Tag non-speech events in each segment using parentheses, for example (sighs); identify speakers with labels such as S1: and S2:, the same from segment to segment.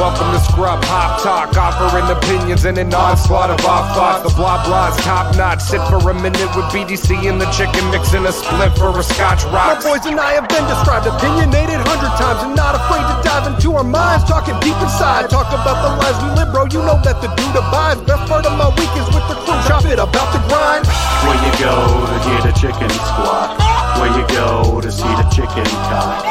S1: Welcome to Scrub Hop Talk, offering opinions and an onslaught of off thoughts. The blah blah's top notch. Sit for a minute with BDC and the chicken mixing a split for a Scotch
S2: My
S1: rock.
S2: boys and I have been described, opinionated hundred times, and not afraid to dive into our minds, talking deep inside. Talk about the lives we live, bro. You know that the dude abides. Best part of my week is with the crew. Chop it about the grind.
S3: Where you go to hear the chicken squawk. Where you go to see the chicken cock.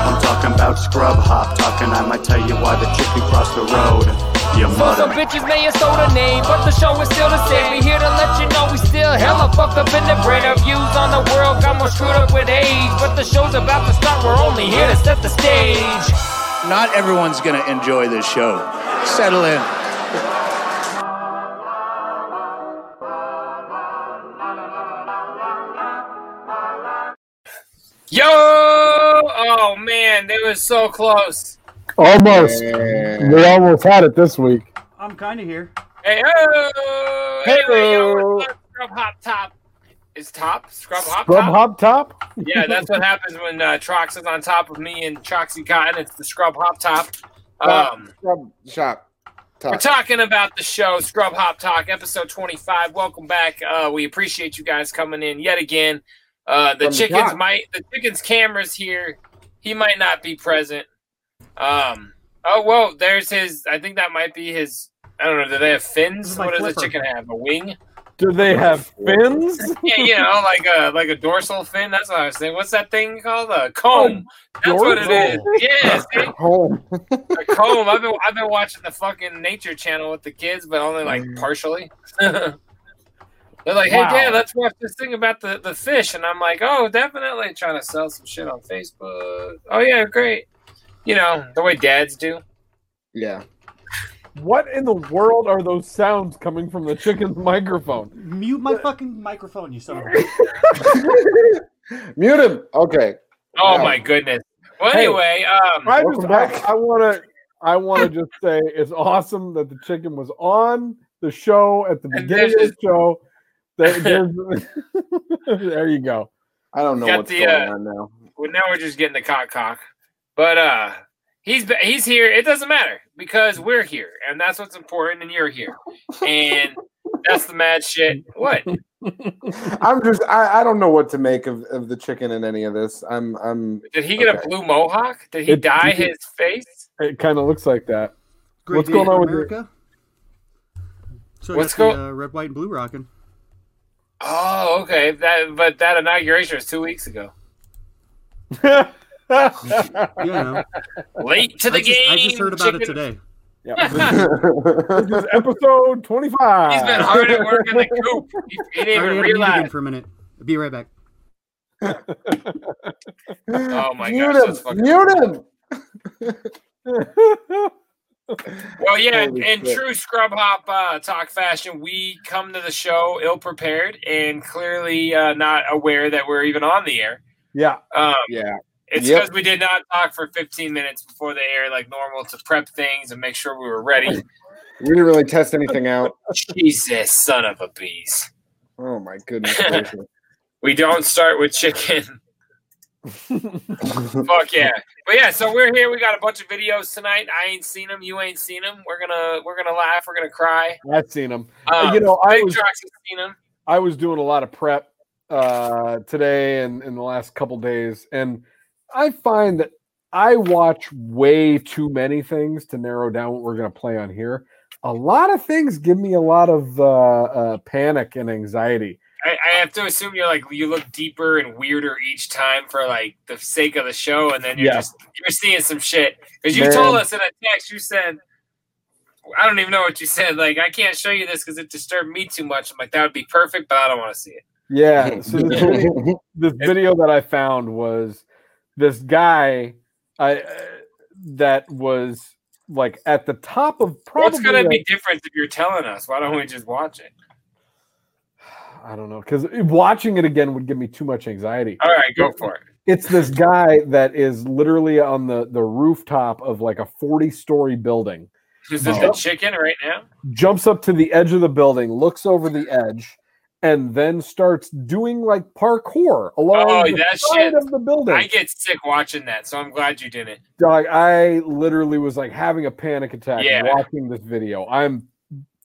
S3: I'm talking about scrub hop talking. I might tell you why the chicken crossed the road. You
S4: Some
S3: mother.
S4: bitches may have sold a name, but the show is still the same. We here to let you know we still hella fucked up in the brain. Our views on the world got more screwed up with age. But the show's about to start, we're only here to set the stage.
S5: Not everyone's gonna enjoy this show. Settle in.
S4: Yo! Oh man, they were so close.
S6: Almost. We almost had it this week.
S7: I'm kind of here.
S4: Hey, oh!
S6: Hey,
S4: Anyway, yo,
S6: yo.
S4: what's up, Scrub Hop Top. Is top? Scrub Hop
S6: Scrub
S4: Top?
S6: hop top.
S4: Yeah, that's what happens when uh, Trox is on top of me and Troxy Cotton. It's the Scrub Hop Top. Um,
S8: Scrub shop. Top.
S4: We're talking about the show, Scrub Hop Talk, episode 25. Welcome back. Uh, we appreciate you guys coming in yet again. Uh, the
S8: From the
S4: chickens
S8: top.
S4: might, the chickens' cameras here. He might not be present. Um. Oh whoa, there's his. I think that might be his. I don't know. Do they have fins? What does a chicken have? A wing?
S6: Do they have fins?
S4: (laughs) yeah, you know, like a like a dorsal fin. That's what I was saying. What's that thing called? A comb.
S6: Oh,
S4: That's what it is.
S6: (laughs)
S4: Yes,
S6: Home.
S4: a comb. I've been I've been watching the fucking Nature Channel with the kids, but only like
S8: Mm.
S4: partially. (laughs) They're like, hey
S6: Wow.
S4: dad, let's watch this thing about the, the fish, and I'm like, oh, definitely trying to sell some shit on Facebook. Oh yeah, great. You know the way dads do.
S8: Yeah.
S6: What in the world are those sounds coming from the chicken's microphone?
S7: Mute my fucking microphone, you son of a.
S8: Mute him. Okay.
S4: Oh
S8: Wow.
S4: my goodness. Well,
S6: Hey,
S4: anyway, um,
S6: I just, I want to, I want to just say it's awesome that the chicken was on the show at the
S4: And
S6: beginning of
S4: there's
S6: the show.
S4: (laughs)
S6: There, there's- (laughs) there you go.
S8: I don't know
S4: Got
S8: what's
S4: the,
S8: going
S4: uh,
S8: on now.
S4: Well, now we're just getting the cock cock. But uh he's ba- he's here. It doesn't matter because we're here, and that's what's important. And you're here, and that's the mad shit. What?
S8: I'm just. I, I don't know what to make of, of the chicken in any of this. I'm. I'm.
S4: Did he get a
S8: Okay.
S4: blue mohawk? Did he
S6: It-
S4: dye
S6: it-
S4: his face?
S6: It kind of looks like that.
S7: Great
S6: What's
S7: day
S6: going
S7: for
S6: on with your-
S7: America? So
S4: What's
S7: What's
S4: go-
S7: going? Uh, red, white, and blue rocking.
S4: Oh, okay. That but that inauguration was two weeks ago.
S6: (laughs) yeah,
S7: You know,
S4: Late to the
S7: I, just,
S4: game.
S7: I just heard about it
S4: chicken.
S7: today.
S6: this is episode twenty-five.
S4: He's been hard at work in the coop. He, he
S7: I
S4: didn't
S7: already
S4: even
S7: had to mute again
S4: realize.
S7: for a minute. Be right back.
S4: Oh my
S8: Mute
S4: gosh,
S8: him.
S4: that's fucking-
S8: Mute him.
S4: Well, yeah,
S8: Holy
S4: in
S8: shit.
S4: true scrub hop uh, talk fashion, we come to the show ill prepared and clearly uh, not aware that we're even on the air.
S6: yeah,
S4: Um,
S8: Yeah.
S4: it's
S8: Yep.
S4: because we did not talk for 15 minutes before the air, like normal, to prep things and make sure we were ready.
S8: We didn't really test anything out.
S4: Jesus, son of a bees.
S8: Oh my goodness.
S6: (laughs)
S8: gracious.
S4: We don't start with chicken. Fuck yeah. But yeah, so we're here. We got a bunch of videos tonight. I ain't seen them. You ain't seen them. We're gonna we're gonna laugh. We're gonna cry.
S6: I've seen him.
S4: Um,
S6: you know, I
S4: Big
S6: was
S4: Trucks has seen 'em.
S6: I was doing a lot of prep uh, today and in the last couple days, and I find that I watch way too many things to narrow down what we're going to play on here. A lot of things give me a lot of uh, uh, panic and anxiety.
S4: I, I have to assume you're like you look deeper and weirder each time for like the sake of the show, and then you're
S6: Yeah.
S4: just you're seeing some shit because you
S6: Man.
S4: told us in a text you said. I don't even know what you said. Like, I can't show you this because it disturbed me too much. I'm like, that would be perfect, but I don't want to see it. (laughs)
S6: Yeah. So this video, this video that I found was this guy I, uh, that was like at the top of probably uh,
S4: What's going to
S6: like-
S4: be different if you're telling us? Why don't we just watch it?
S6: (sighs) I don't know because watching it again would give me too much anxiety.
S4: All right, go for it.
S6: It's this guy that is literally on the the rooftop of like a forty story building.
S4: Is this the
S6: Jump-
S4: chicken right now?
S6: jumps up to the edge of the building, looks over the edge, and then starts doing like parkour along
S4: Oh,
S6: the
S4: that
S6: side
S4: shit.
S6: of the building.
S4: I get sick watching that, so I'm glad you didn't.
S6: Dog, I literally was like having a panic attack
S4: Yeah.
S6: watching this video. I'm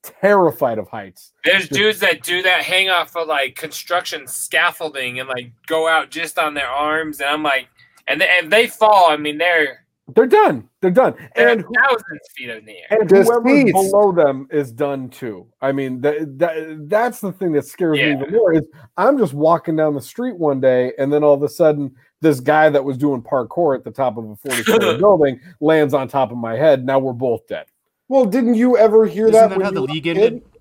S6: terrified of heights.
S4: There's dudes that do that hang off of like construction scaffolding and like go out just on their arms, and I'm like, and they, and they fall. I mean, they're
S6: They're done. They're done.
S4: they're
S6: And
S4: thousands feet in the air.
S6: and
S4: This
S6: whoever's
S4: needs-
S6: below them is done too. I mean, that, that that's the thing that scares
S4: Yeah.
S6: me even more is I'm just walking down the street one day, and then all of a sudden, this guy that was doing parkour at the top of a
S4: (laughs)
S6: 40 story building lands on top of my head. Now we're both dead.
S8: Well, didn't you ever hear that?
S6: that how the
S8: league
S6: ended?
S8: (laughs)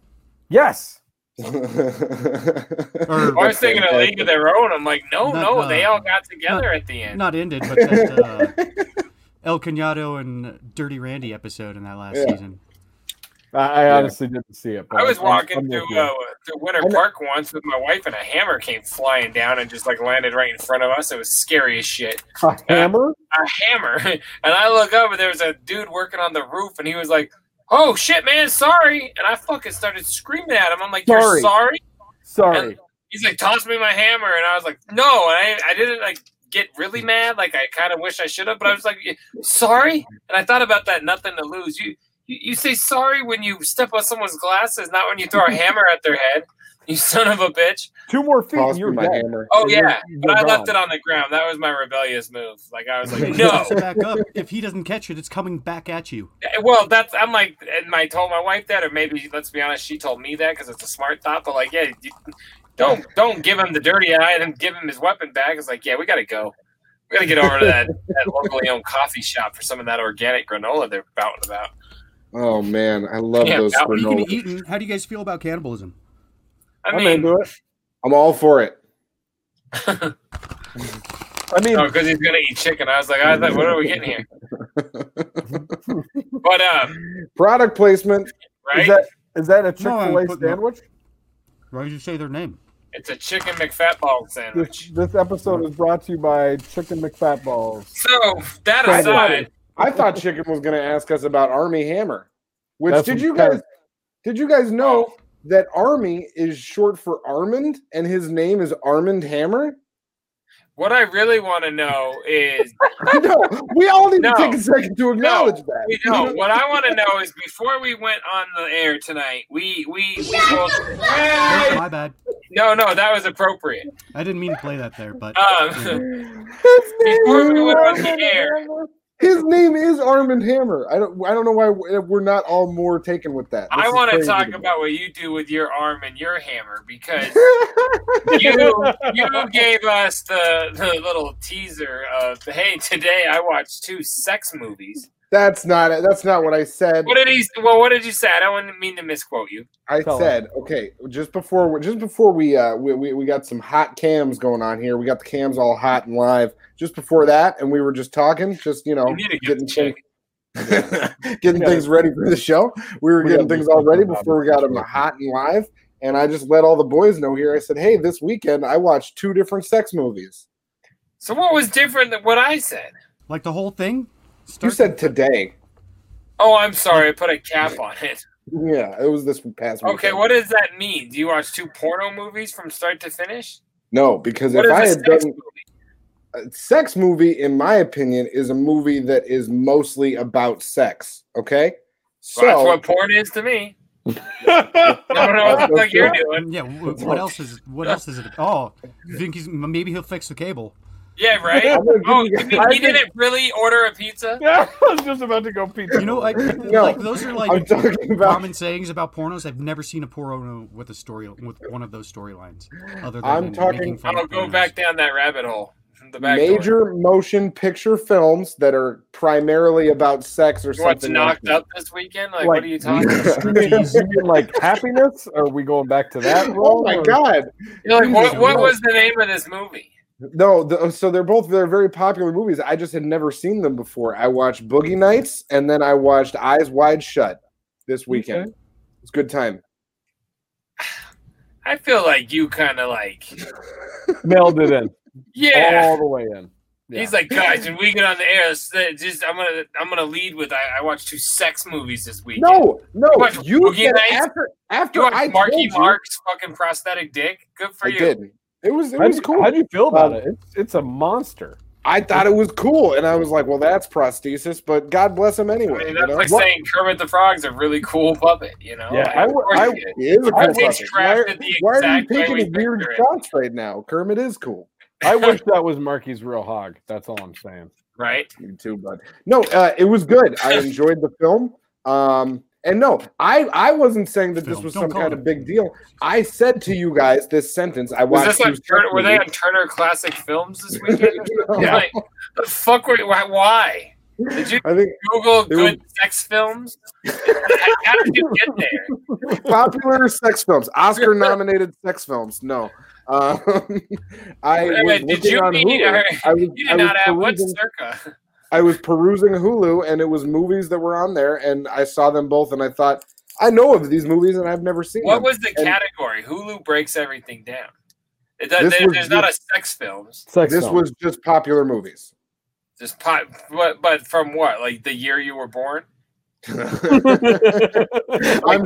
S6: Yes.
S4: I was thinking a league of their own. I'm like, no,
S3: Not,
S4: no,
S3: uh,
S4: they all got together at the end.
S3: Not ended, but that uh, El Cunado and Dirty Randy episode in that last
S6: Yeah.
S3: season.
S6: I, I
S3: Yeah.
S6: honestly didn't see it. but
S4: I was
S6: I'm-
S4: walking
S6: I'm with
S4: through
S6: you.
S4: uh, through Winter Park once with my wife, and a hammer came flying down and just like landed right in front of us. It was scary as shit.
S6: a hammer.
S4: a hammer. (laughs) And I look up and there was a dude working on the roof and he was like, Oh shit, man, sorry. And I fucking started screaming at him. I'm like, You're
S6: Sorry.
S4: sorry?
S6: Sorry.
S4: And he's like, Toss me my hammer. And I was like, No. And I, I didn't like get really mad. Like I kind of wish I should have, but I was like, Sorry. And I thought about that nothing to lose. You, you you say sorry when you step on someone's glasses, not when you
S6: (laughs)
S4: throw a hammer at their head. You son of a bitch.
S6: Two more feet. and
S8: Toss me
S6: You're
S8: my
S6: dead.
S8: hammer.
S4: Oh
S6: And you're-
S4: yeah,
S6: you're
S4: but I left
S6: gone.
S4: it on the ground. That was my rebellious move. Like I was
S6: (laughs)
S3: Hey,
S4: like,
S3: you
S4: no,
S3: gotta sit back up. If he doesn't catch it, it's coming back at you.
S4: Well, that's I'm like, and I told my wife that, or maybe let's be honest, she told me that because it's a smart thought. But like, yeah, you, don't don't give him the dirty eye and then give him his weapon back. It's like, yeah, we gotta go. We gotta get over to
S6: (laughs)
S4: that, that locally owned coffee shop for some of that organic granola they're bouting about.
S8: Oh man, I love
S4: Yeah,
S8: those
S4: that one you
S3: Speaking
S8: granola.
S3: of eating, how do you guys feel about cannibalism?
S4: I
S6: I'm into it.
S8: I'm all for it.
S6: I mean,
S4: because oh, he's gonna eat chicken. I was like, I was like, what are we getting
S6: (laughs)
S4: here? But um,
S8: Product placement.
S4: Right?
S6: Is that is that a Chick
S3: No, I'm
S6: Fil A
S3: putting up-
S6: sandwich?
S3: Why would you say their name?
S4: it's a chicken McFatball sandwich.
S6: This, this episode is brought to you by Chicken McFat Balls.
S4: So that
S8: I
S4: aside,
S8: I thought Chicken was going to ask us about Army Hammer, which
S6: That's
S8: did
S6: what
S8: you
S6: he
S8: guys
S6: said.
S8: did you guys know that Army is short for Armand and his name is Armand Hammer? (laughs)
S4: what I really want to know is
S8: no, we all need
S4: No.
S8: to take a second to acknowledge that.
S4: We know. What I want to know is before we went on the air tonight, we we, we both,
S3: Oh, my bad.
S4: no no that was appropriate.
S3: I didn't mean to play that
S4: (laughs)
S3: there, but
S4: Um, before we went on the air,
S8: His name is Armand Hammer. I don't. I don't know why we're not all more taken with that. This
S4: I
S8: is
S4: want to
S8: crazy
S4: talk
S8: me. (laughs)
S4: about what you do with your arm and your hammer because you you gave us the, the little teaser of hey today I watched two sex movies.
S8: That's not. it. That's not what I said.
S4: What did he? Well, what did you say? I don't mean to misquote you.
S8: I
S4: Tell
S8: said, okay, just before just before we uh we, we we got some hot cams going on here. We got the cams all hot and live. Just before that, and we were just talking, just you know,
S4: You need to get
S8: getting
S4: the check.
S8: things- (laughs) getting things ready for the show. We were
S6: We
S8: getting
S6: gotta
S8: things
S6: do
S8: all ready
S6: something
S8: before we
S6: about
S8: got them hot and live. And I just let all the boys know here. I said, hey, this weekend I watched two different sex movies.
S4: So what was different than what I said?
S3: like the whole thing.
S8: You
S3: (laughs)
S8: said today.
S4: Oh, I'm sorry. I put a cap on it.
S8: Yeah, it was this past weekend.
S4: Okay, what does that mean? Do you watch two porno movies from start to finish?
S8: No, because
S4: What
S8: if
S4: is
S8: I
S4: a
S8: had
S4: sex
S8: done a sex movie, in my opinion, is a movie that is mostly about sex. Okay, so
S4: Well, that's what porn is to (laughs) me. I don't know what the fuck you're doing.
S3: Yeah. wh- What else is? What else is it? Oh, you think he's maybe he'll fix the cable.
S4: Yeah, right.
S3: I'm gonna give
S4: Oh,
S3: you
S4: you mean
S3: guys-
S4: he didn't really order a
S6: (laughs)
S4: pizza?
S6: Yeah, I was just about to go pizza.
S3: You know, I, like those are like
S8: I'm talking about-
S3: common sayings about pornos. I've never seen a porno with a story with one of those storylines. Other than
S8: I'm
S3: making
S8: talking-
S3: fun
S4: I'll
S3: of
S4: go
S3: pornos.
S4: back down that rabbit hole. The back door.
S8: major motion picture films that are primarily about sex or
S4: What's
S8: something. like
S4: knocked
S8: that.
S4: up this weekend? Like, what are you talking
S8: (laughs)
S4: about?
S6: you mean- you mean like happiness? Are we going back to that?
S8: Oh my
S6: Or-
S8: god!
S4: You're like,
S8: Jesus
S4: what, what
S8: Christ.
S4: was the name of this movie?
S8: No, the, so they're both they're very popular movies. I just had never seen them before. I watched Boogie Nights and then I watched Eyes Wide Shut this weekend. It's a good time.
S4: I feel like you kind of like
S6: Mailed it in.
S4: Yeah.
S6: All the way in. Yeah.
S4: He's like, guys, when we get on the air, s- uh, just I'm gonna I'm gonna lead with I, I watched two sex movies this week.
S8: No, no,
S4: watch
S8: you
S4: Boogie
S8: said
S4: Nights?
S8: after after
S4: you watched
S8: I
S4: Marky
S8: told you-
S4: Mark's fucking prosthetic dick. Good for
S8: I
S4: you.
S8: did. It was it
S6: How'd
S8: was
S6: you-
S8: cool.
S6: how'd you feel about
S8: Um,
S6: it? It's, it's a
S3: (laughs)
S6: monster.
S8: I thought it was cool, and I was like, "Well, that's prosthesis," but God bless him anyway.
S4: I mean,
S8: you
S4: that's
S8: know?
S4: like
S8: What-
S4: saying Kermit the Frog's a really cool puppet. You know?
S8: Yeah,
S4: Like,
S8: I
S4: of
S8: would-
S4: course
S8: I-
S4: he is.
S8: he is a
S4: Kermit's
S8: cool puppet.
S4: crafted the
S8: Why are you
S4: exact way we
S8: taking weird
S4: picture it.
S8: shots right now? Kermit is cool.
S4: (laughs)
S6: I wish that was Marky's real hog. That's all I'm saying.
S4: Right.
S8: Me too, bud. No, uh, it was good. I enjoyed the film. Um, and no, I I wasn't saying that this was some kind of big deal. I said to you guys this sentence. I
S4: Was this
S8: watched. two
S4: on Turner,
S8: sex
S4: were they on
S8: movies.
S4: Turner Classic Films
S8: (laughs)
S4: this weekend? (laughs) Like, the fuck were you, why, why? Did you
S8: I think
S4: Google
S8: it was-
S4: good sex films? How did you get there?
S8: popular sex films,
S4: (laughs)
S8: Oscar nominated sex films. No, um, (laughs) I
S4: Wait a
S8: was
S4: minute, did
S8: looking
S4: you
S8: on
S4: mean you
S8: Hulu. I was,
S4: did
S8: I was
S4: not have what
S8: perusing-
S4: circa?
S8: I was perusing Hulu, and it was movies that were on there, and I saw them both, and I thought, I know of these movies, and I've never seen.
S4: What
S8: them.
S4: was the
S8: And
S4: category? Hulu breaks everything down. It does,
S8: This
S4: there,
S8: was
S4: there's not a
S8: just-
S4: sex films.
S8: this was just popular movies.
S4: Just pop, but, but from what? Like the year you were born?
S8: I'm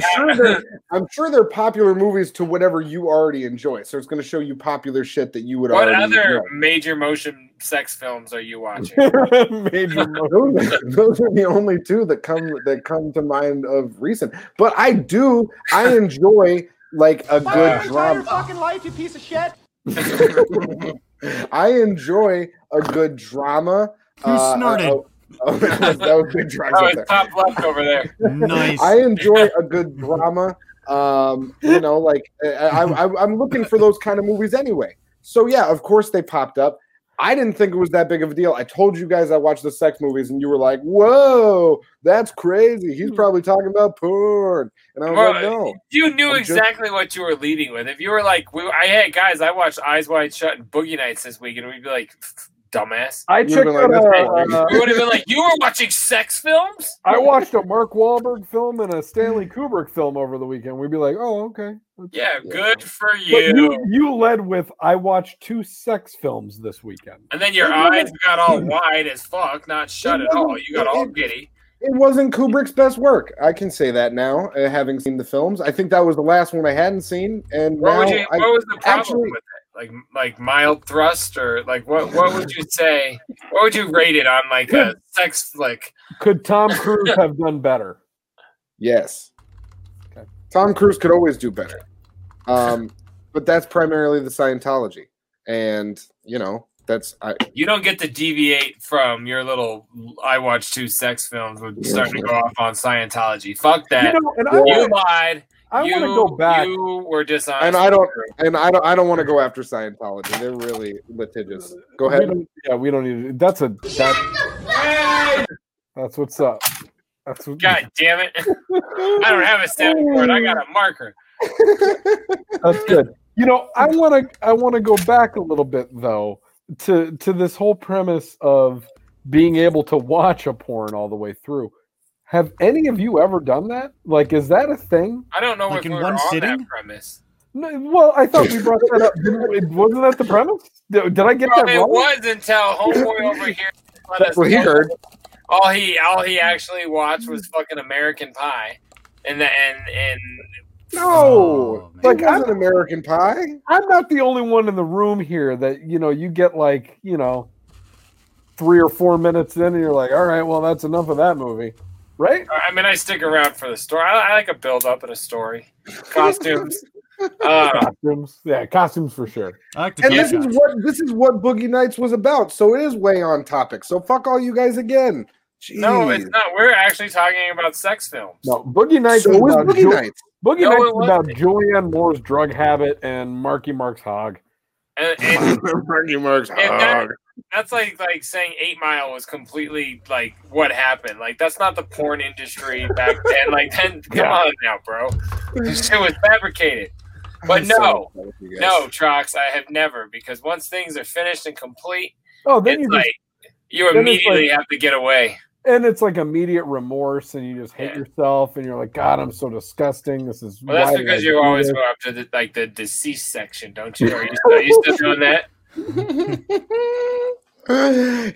S8: sure they're I'm sure they're popular movies to whatever you already enjoy. So it's going to show you popular shit that you would
S4: What
S8: already
S4: other
S8: know.
S4: major motion sex films are you watching?
S8: those, those are the only two that come that come to mind of recent. But I do I enjoy like a good drama.
S9: fucking life, you piece of shit.
S8: (laughs) I enjoy a good drama.
S9: Who snorted?
S8: oh, oh, (laughs) that was- that was big drugs
S4: Oh,
S8: right
S4: it's
S8: there.
S4: top left over there.
S8: (laughs) I enjoy a good drama. Um, you know, like I, I, I- I'm looking for those kind of movies anyway. So yeah, of course they popped up. I didn't think it was that big of a deal. I told you guys I watched the sex movies, and you were like, "Whoa, that's crazy." He's probably talking about porn, and I was
S4: Well,
S8: like, "No."
S4: You knew
S8: I'm just-
S4: exactly what you were leading with. If you were like, we, I hey guys, I watched Eyes Wide Shut and Boogie Nights this week, and we'd be like, dumbass.
S6: I
S8: You would've
S6: checked
S8: been
S6: out.
S8: like,
S6: a-
S8: "That's
S6: uh,
S4: We would have been like, you were watching sex films.
S6: I watched a Mark Wahlberg film and a Stanley Kubrick film over the weekend. We'd be like, "Oh, okay." That's-
S4: Yeah, good for
S6: But
S4: you.
S6: you you led with I watched two sex films this weekend.
S4: And then your eyes got all wide as fuck, not shut at all. You got all giddy.
S8: It wasn't Kubrick's best work. I can say that now, uh, having seen the films. I think that was the last one I hadn't seen, and
S4: What,
S8: now
S4: would you,
S8: I,
S4: what was the problem
S8: actually-
S4: with it? Like, like mild thrust, or like what? What would you say? What would you rate it on? Like
S8: (laughs)
S4: a sex flick?
S6: Could Tom Cruise have done better?
S8: Yes. Tom Cruise could always do better. Um, (laughs) but that's primarily the Scientology. And, you know, that's I,
S4: You don't get to deviate from your little. I watch two sex films. We're starting to go off on Scientology. Fuck that.
S8: You know, and I
S4: You
S8: wanna-
S4: lied.
S8: I
S4: you,
S8: wanna go back.
S4: You were dishonest.
S8: and I don't and I don't I don't want to go after Scientology. They're really litigious. Go
S6: We
S8: ahead.
S6: don't- yeah, we don't need. to- That's a that, that's what's up. That's what,
S4: God damn it! I don't have a soundboard. I got a marker.
S6: That's good. You know, I want to I want to go back a little bit though to to this whole premise of being able to watch a porn all the way through. Have any of you ever done that? Like, is that a thing?
S4: I don't know
S3: Like
S4: if
S3: in
S4: we were
S3: one
S4: on
S3: sitting?
S4: that premise.
S6: No, well, I thought we brought that up. (laughs) Didn't we? Wasn't that the premise? Did, did I get
S4: Well,
S6: that
S4: it
S6: wrong?
S4: was until homeboy over
S8: (laughs)
S4: here. let us
S6: That's what he
S4: know.
S6: heard.
S4: All he all he actually watched was fucking American Pie, and the, and and
S3: Oh,
S8: No. like I'm an American Pie.
S6: I'm not the only one in the room here that you know you get like you know three or four minutes in and you're like, all right, well that's enough of that movie, right?
S4: I mean I stick around for the story. I, I like a build up and a
S6: (laughs)
S4: story, costumes. Uh,
S6: costumes, yeah, costumes for sure.
S3: I like
S8: And this is what this is what Boogie Nights was about. So it is way on topic. So fuck all you guys again. Jeez.
S4: no, it's not. We're actually talking about sex films.
S6: No, Boogie Nights
S8: So
S6: is
S8: was
S6: about
S8: Boogie
S6: Ju-
S8: Nights. (laughs)
S6: Boogie
S4: No,
S6: Nights
S4: it
S6: is about Julianne Moore's drug habit and Marky Mark's hog.
S4: And,
S6: (laughs)
S4: and,
S8: Marky Mark's
S4: and that, that's like like saying Eight Mile was completely like what happened. Like that's not the porn industry back then. Like
S6: (laughs)
S4: then, come
S6: Yeah.
S4: on now, bro. This shit was fabricated. But
S6: I'm
S4: no,
S6: so excited for you guys.
S4: no, Trox, I have never because once things are finished and complete,
S6: Oh, then
S4: it's
S6: you just
S4: like you
S6: then it's
S4: immediately
S6: like-
S4: have to get away.
S6: and it's like immediate remorse, and you just hate yourself, and you're like, God, I'm so disgusting. This is
S4: Well, that's
S6: why did I
S4: because
S6: do
S4: you always
S6: this?"
S4: go up to the, like the deceased section, don't you? Are you still, you still doing that?
S8: he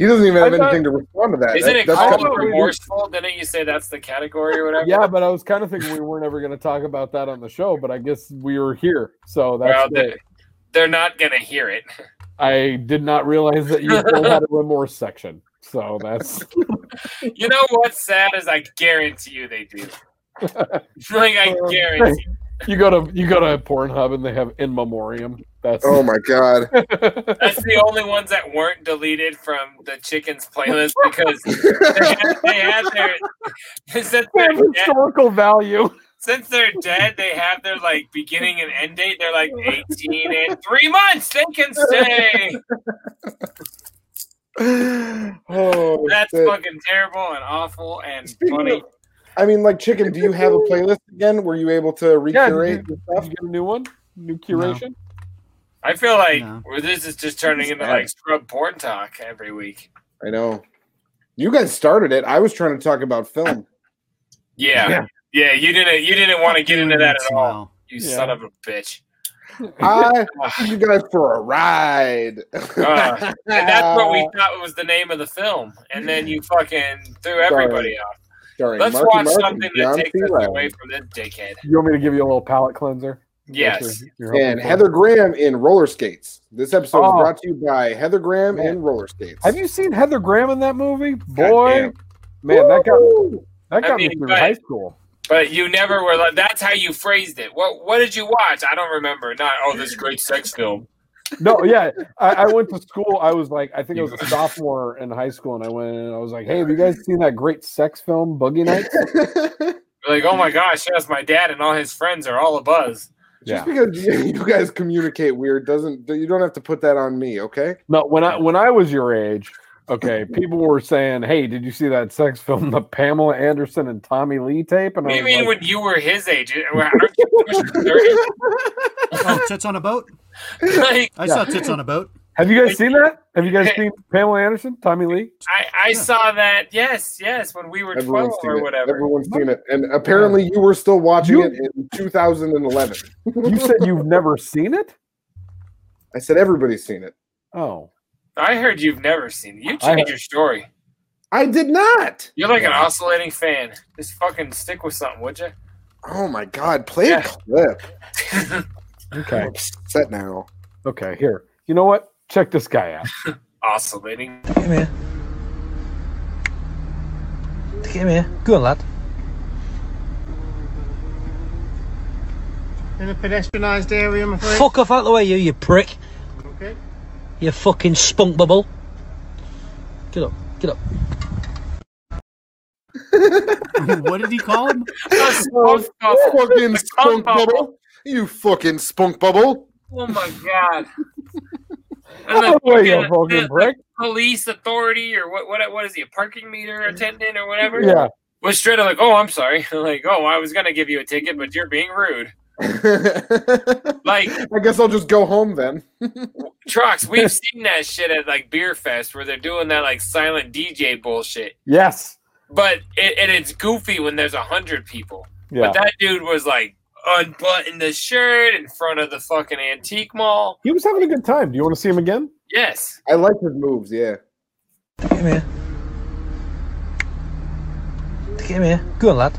S8: doesn't even have
S4: I thought-
S8: anything to respond to (laughs) that.
S4: Isn't it
S8: That's
S4: called
S8: kinda crazy.
S4: remorseful? Didn't you say that's the category or whatever?
S6: Yeah, but I was kind of thinking we weren't ever going to talk about that on the show, but I guess we were here, so that's
S4: Well,
S6: it.
S4: They're not gonna hear it.
S6: I did not realize that you still had a remorse section, so that's
S4: You know what's sad is I guarantee you they
S6: (laughs)
S4: do. Like I guarantee.
S6: you go to you go to Pornhub and they have in memoriam. That's (laughs)
S8: Oh my
S4: (laughs)
S8: god.
S4: That's the only ones that weren't deleted from the chickens playlist
S6: (laughs)
S4: because they had, they had their (laughs) since
S6: They
S4: they're
S6: have
S4: dead,
S6: historical value.
S4: since they're dead they have their like beginning and end date. They're like eighteen and three months. They can stay.
S8: oh,
S4: That's
S8: shit.
S4: fucking terrible and awful and
S8: Speaking
S4: funny.
S8: of- I mean, like, chicken. Do you have a playlist again? Were you able to recurate?
S6: Did you get a new one? New curation?
S4: I feel like well, this is just turning into
S8: bad.
S4: like scrub porn talk every week.
S8: I know. You guys started it. I was trying to talk
S4: (laughs)
S8: about film.
S4: Yeah. yeah,
S8: Yeah.
S4: You didn't. You didn't want to get into that at all. You
S8: Yeah.
S4: son of a bitch.
S8: I took you guys for a ride.
S4: Uh, and that's what we thought was the name of the film, and then you fucking threw everybody off.
S8: Sorry,
S4: Let's
S8: Marky
S4: watch
S8: Mark and
S4: something that
S8: John
S4: takes
S8: C.
S4: us
S8: Reilly.
S4: away from this dickhead.
S6: You want me to give you a little palate cleanser?
S4: Yes.
S8: And Heather Graham in roller skates. This episode
S6: Oh.
S8: is brought to you by Heather Graham in roller skates.
S6: Have you seen Heather Graham in that movie? Boy, man, that got that
S4: I
S6: got me
S4: mean,
S6: through
S4: but-
S6: high school.
S4: But you never were like. That's how you phrased it. What What did you watch? I don't remember. Not oh, this great sex film.
S6: No, yeah, I, I went to school. I was like, I think I was a sophomore in high school, and I went in and I was like, "Hey, have you guys seen that great sex film, Boogie Nights?"
S8: (laughs)
S4: Like oh my gosh, yes, my dad and all his friends are all a buzz.
S8: Just because you (laughs) you guys communicate weird doesn't you don't have to put that on me, okay?
S6: No, when I when I was your age,
S4: (laughs)
S6: okay, people were saying, "Hey, did you see that sex film, the Pamela Anderson and Tommy Lee tape?" And
S8: Oh,
S4: What do
S6: I
S4: you
S6: was
S4: mean
S6: like,
S4: when you were his age? Aren't you (laughs) pushing
S3: Oh, tits on a boat.
S4: 30?
S3: I
S6: Yeah.
S3: saw tits on a boat.
S6: "Have you guys seen that? Have you guys
S4: (laughs)
S6: seen Pamela Anderson, Tommy Lee?"
S4: I, I saw that. Yes, yes, when we were twelve
S8: Everyone's seen
S4: or
S8: it.
S4: whatever.
S8: Everyone's seen it. And apparently you were still watching it in 2011.
S6: You said you've never seen it?
S8: I said everybody's seen it.
S6: Oh.
S4: I heard you've never seen it. You
S8: I
S4: changed
S8: have-
S4: your story.
S8: I did not.
S4: You're like an oscillating fan. Just fucking stick with something, would you?
S8: Oh my god, play a clip.
S6: Okay.
S8: Set now.
S6: Okay, here. You know what? Check this
S4: (laughs)
S6: guy out.
S4: Oscillating.
S8: (laughs)
S10: Come here. Come here. Go on, lad.
S9: In a pedestrianised area, I'm afraid.
S10: Fuck off out the way, you, you prick.
S9: Okay.
S10: You fucking spunk bubble. Get up. Get up.
S3: (laughs) what did he call him?
S8: Oh, fucking spunk bubble. You fucking spunk bubble. (laughs)
S4: Oh my god.
S6: (laughs)
S8: Out (laughs) of the way, you Oh,
S4: (laughs)
S8: fucking
S4: the
S8: prick.
S4: Police authority or what? What? What is he? A parking meter attendant or whatever?
S8: Yeah.
S4: Was straight up like, oh, I'm sorry. (laughs) like, oh, I was gonna give you a ticket, but you're being rude.
S8: (laughs)
S4: like,
S8: I guess I'll just go home then.
S4: trucks. We've seen that shit at like beer fest where they're doing that like silent DJ bullshit.
S6: Yes.
S4: But it, and it's goofy when there's a hundred people.
S6: Yeah.
S4: But that dude was like unbuttoned the shirt in front of the fucking antique mall.
S6: He was having a good time. Do you want to see him again?
S4: Yes.
S8: I like his moves, (laughs) yeah.
S10: Come here. Come here. Go on, lad.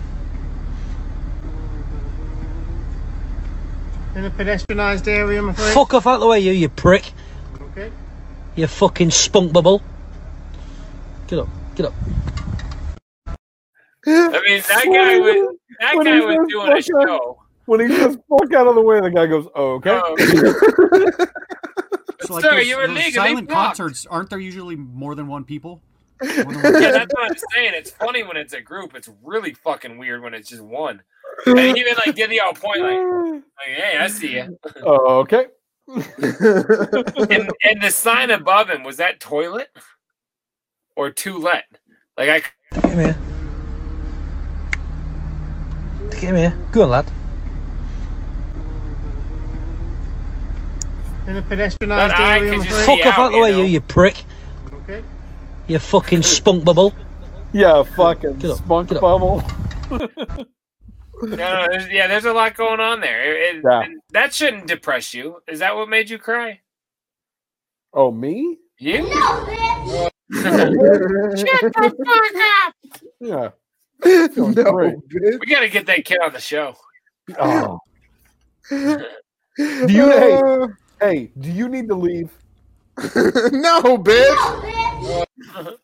S9: In a pedestrianised area, I'm afraid.
S10: Fuck off out the way, you, you prick.
S9: Okay.
S10: You fucking spunk bubble. Get up. Get up.
S4: I mean, that
S6: (laughs)
S4: guy was that
S6: When he
S4: guy was
S6: says
S4: doing a
S6: fuck out-
S4: show. Um,
S6: When he says fuck out of the way, the guy goes, oh, okay.
S3: It's like
S4: Sorry,
S3: those,
S4: you were
S3: those
S4: legally
S3: silent
S4: blocked.
S3: concerts. Aren't there usually more than one people?
S4: yeah, that's what I'm saying. It's funny when it's a group. It's really fucking weird when it's just one. And he even like give y'all a point like, like hey, I see you.
S6: oh, (laughs) okay.
S4: and, and the sign above him was that toilet or to let? Like I
S10: Come here. Come here. Go on, lad.
S3: (laughs)
S9: In a
S4: But
S9: pedestrianised
S4: I
S9: area,
S4: could
S9: I'm
S4: just
S9: afraid.
S10: Fuck off out the way, you, you prick.
S9: Okay.
S10: You fucking spunk bubble.
S6: Yeah, fucking spunk bubble.
S4: No, no, there's, yeah, there's a lot going on there. It- it-
S6: Yeah.
S4: and that shouldn't depress you. Is that what made you cry?
S6: Oh, me?
S4: You?
S6: Shut
S4: the
S6: Yeah.
S8: no, bitch.
S4: We gotta get that kid on the show.
S6: Oh. (laughs) Uh. Do you hey, hey, do you need to leave?
S8: no, bitch.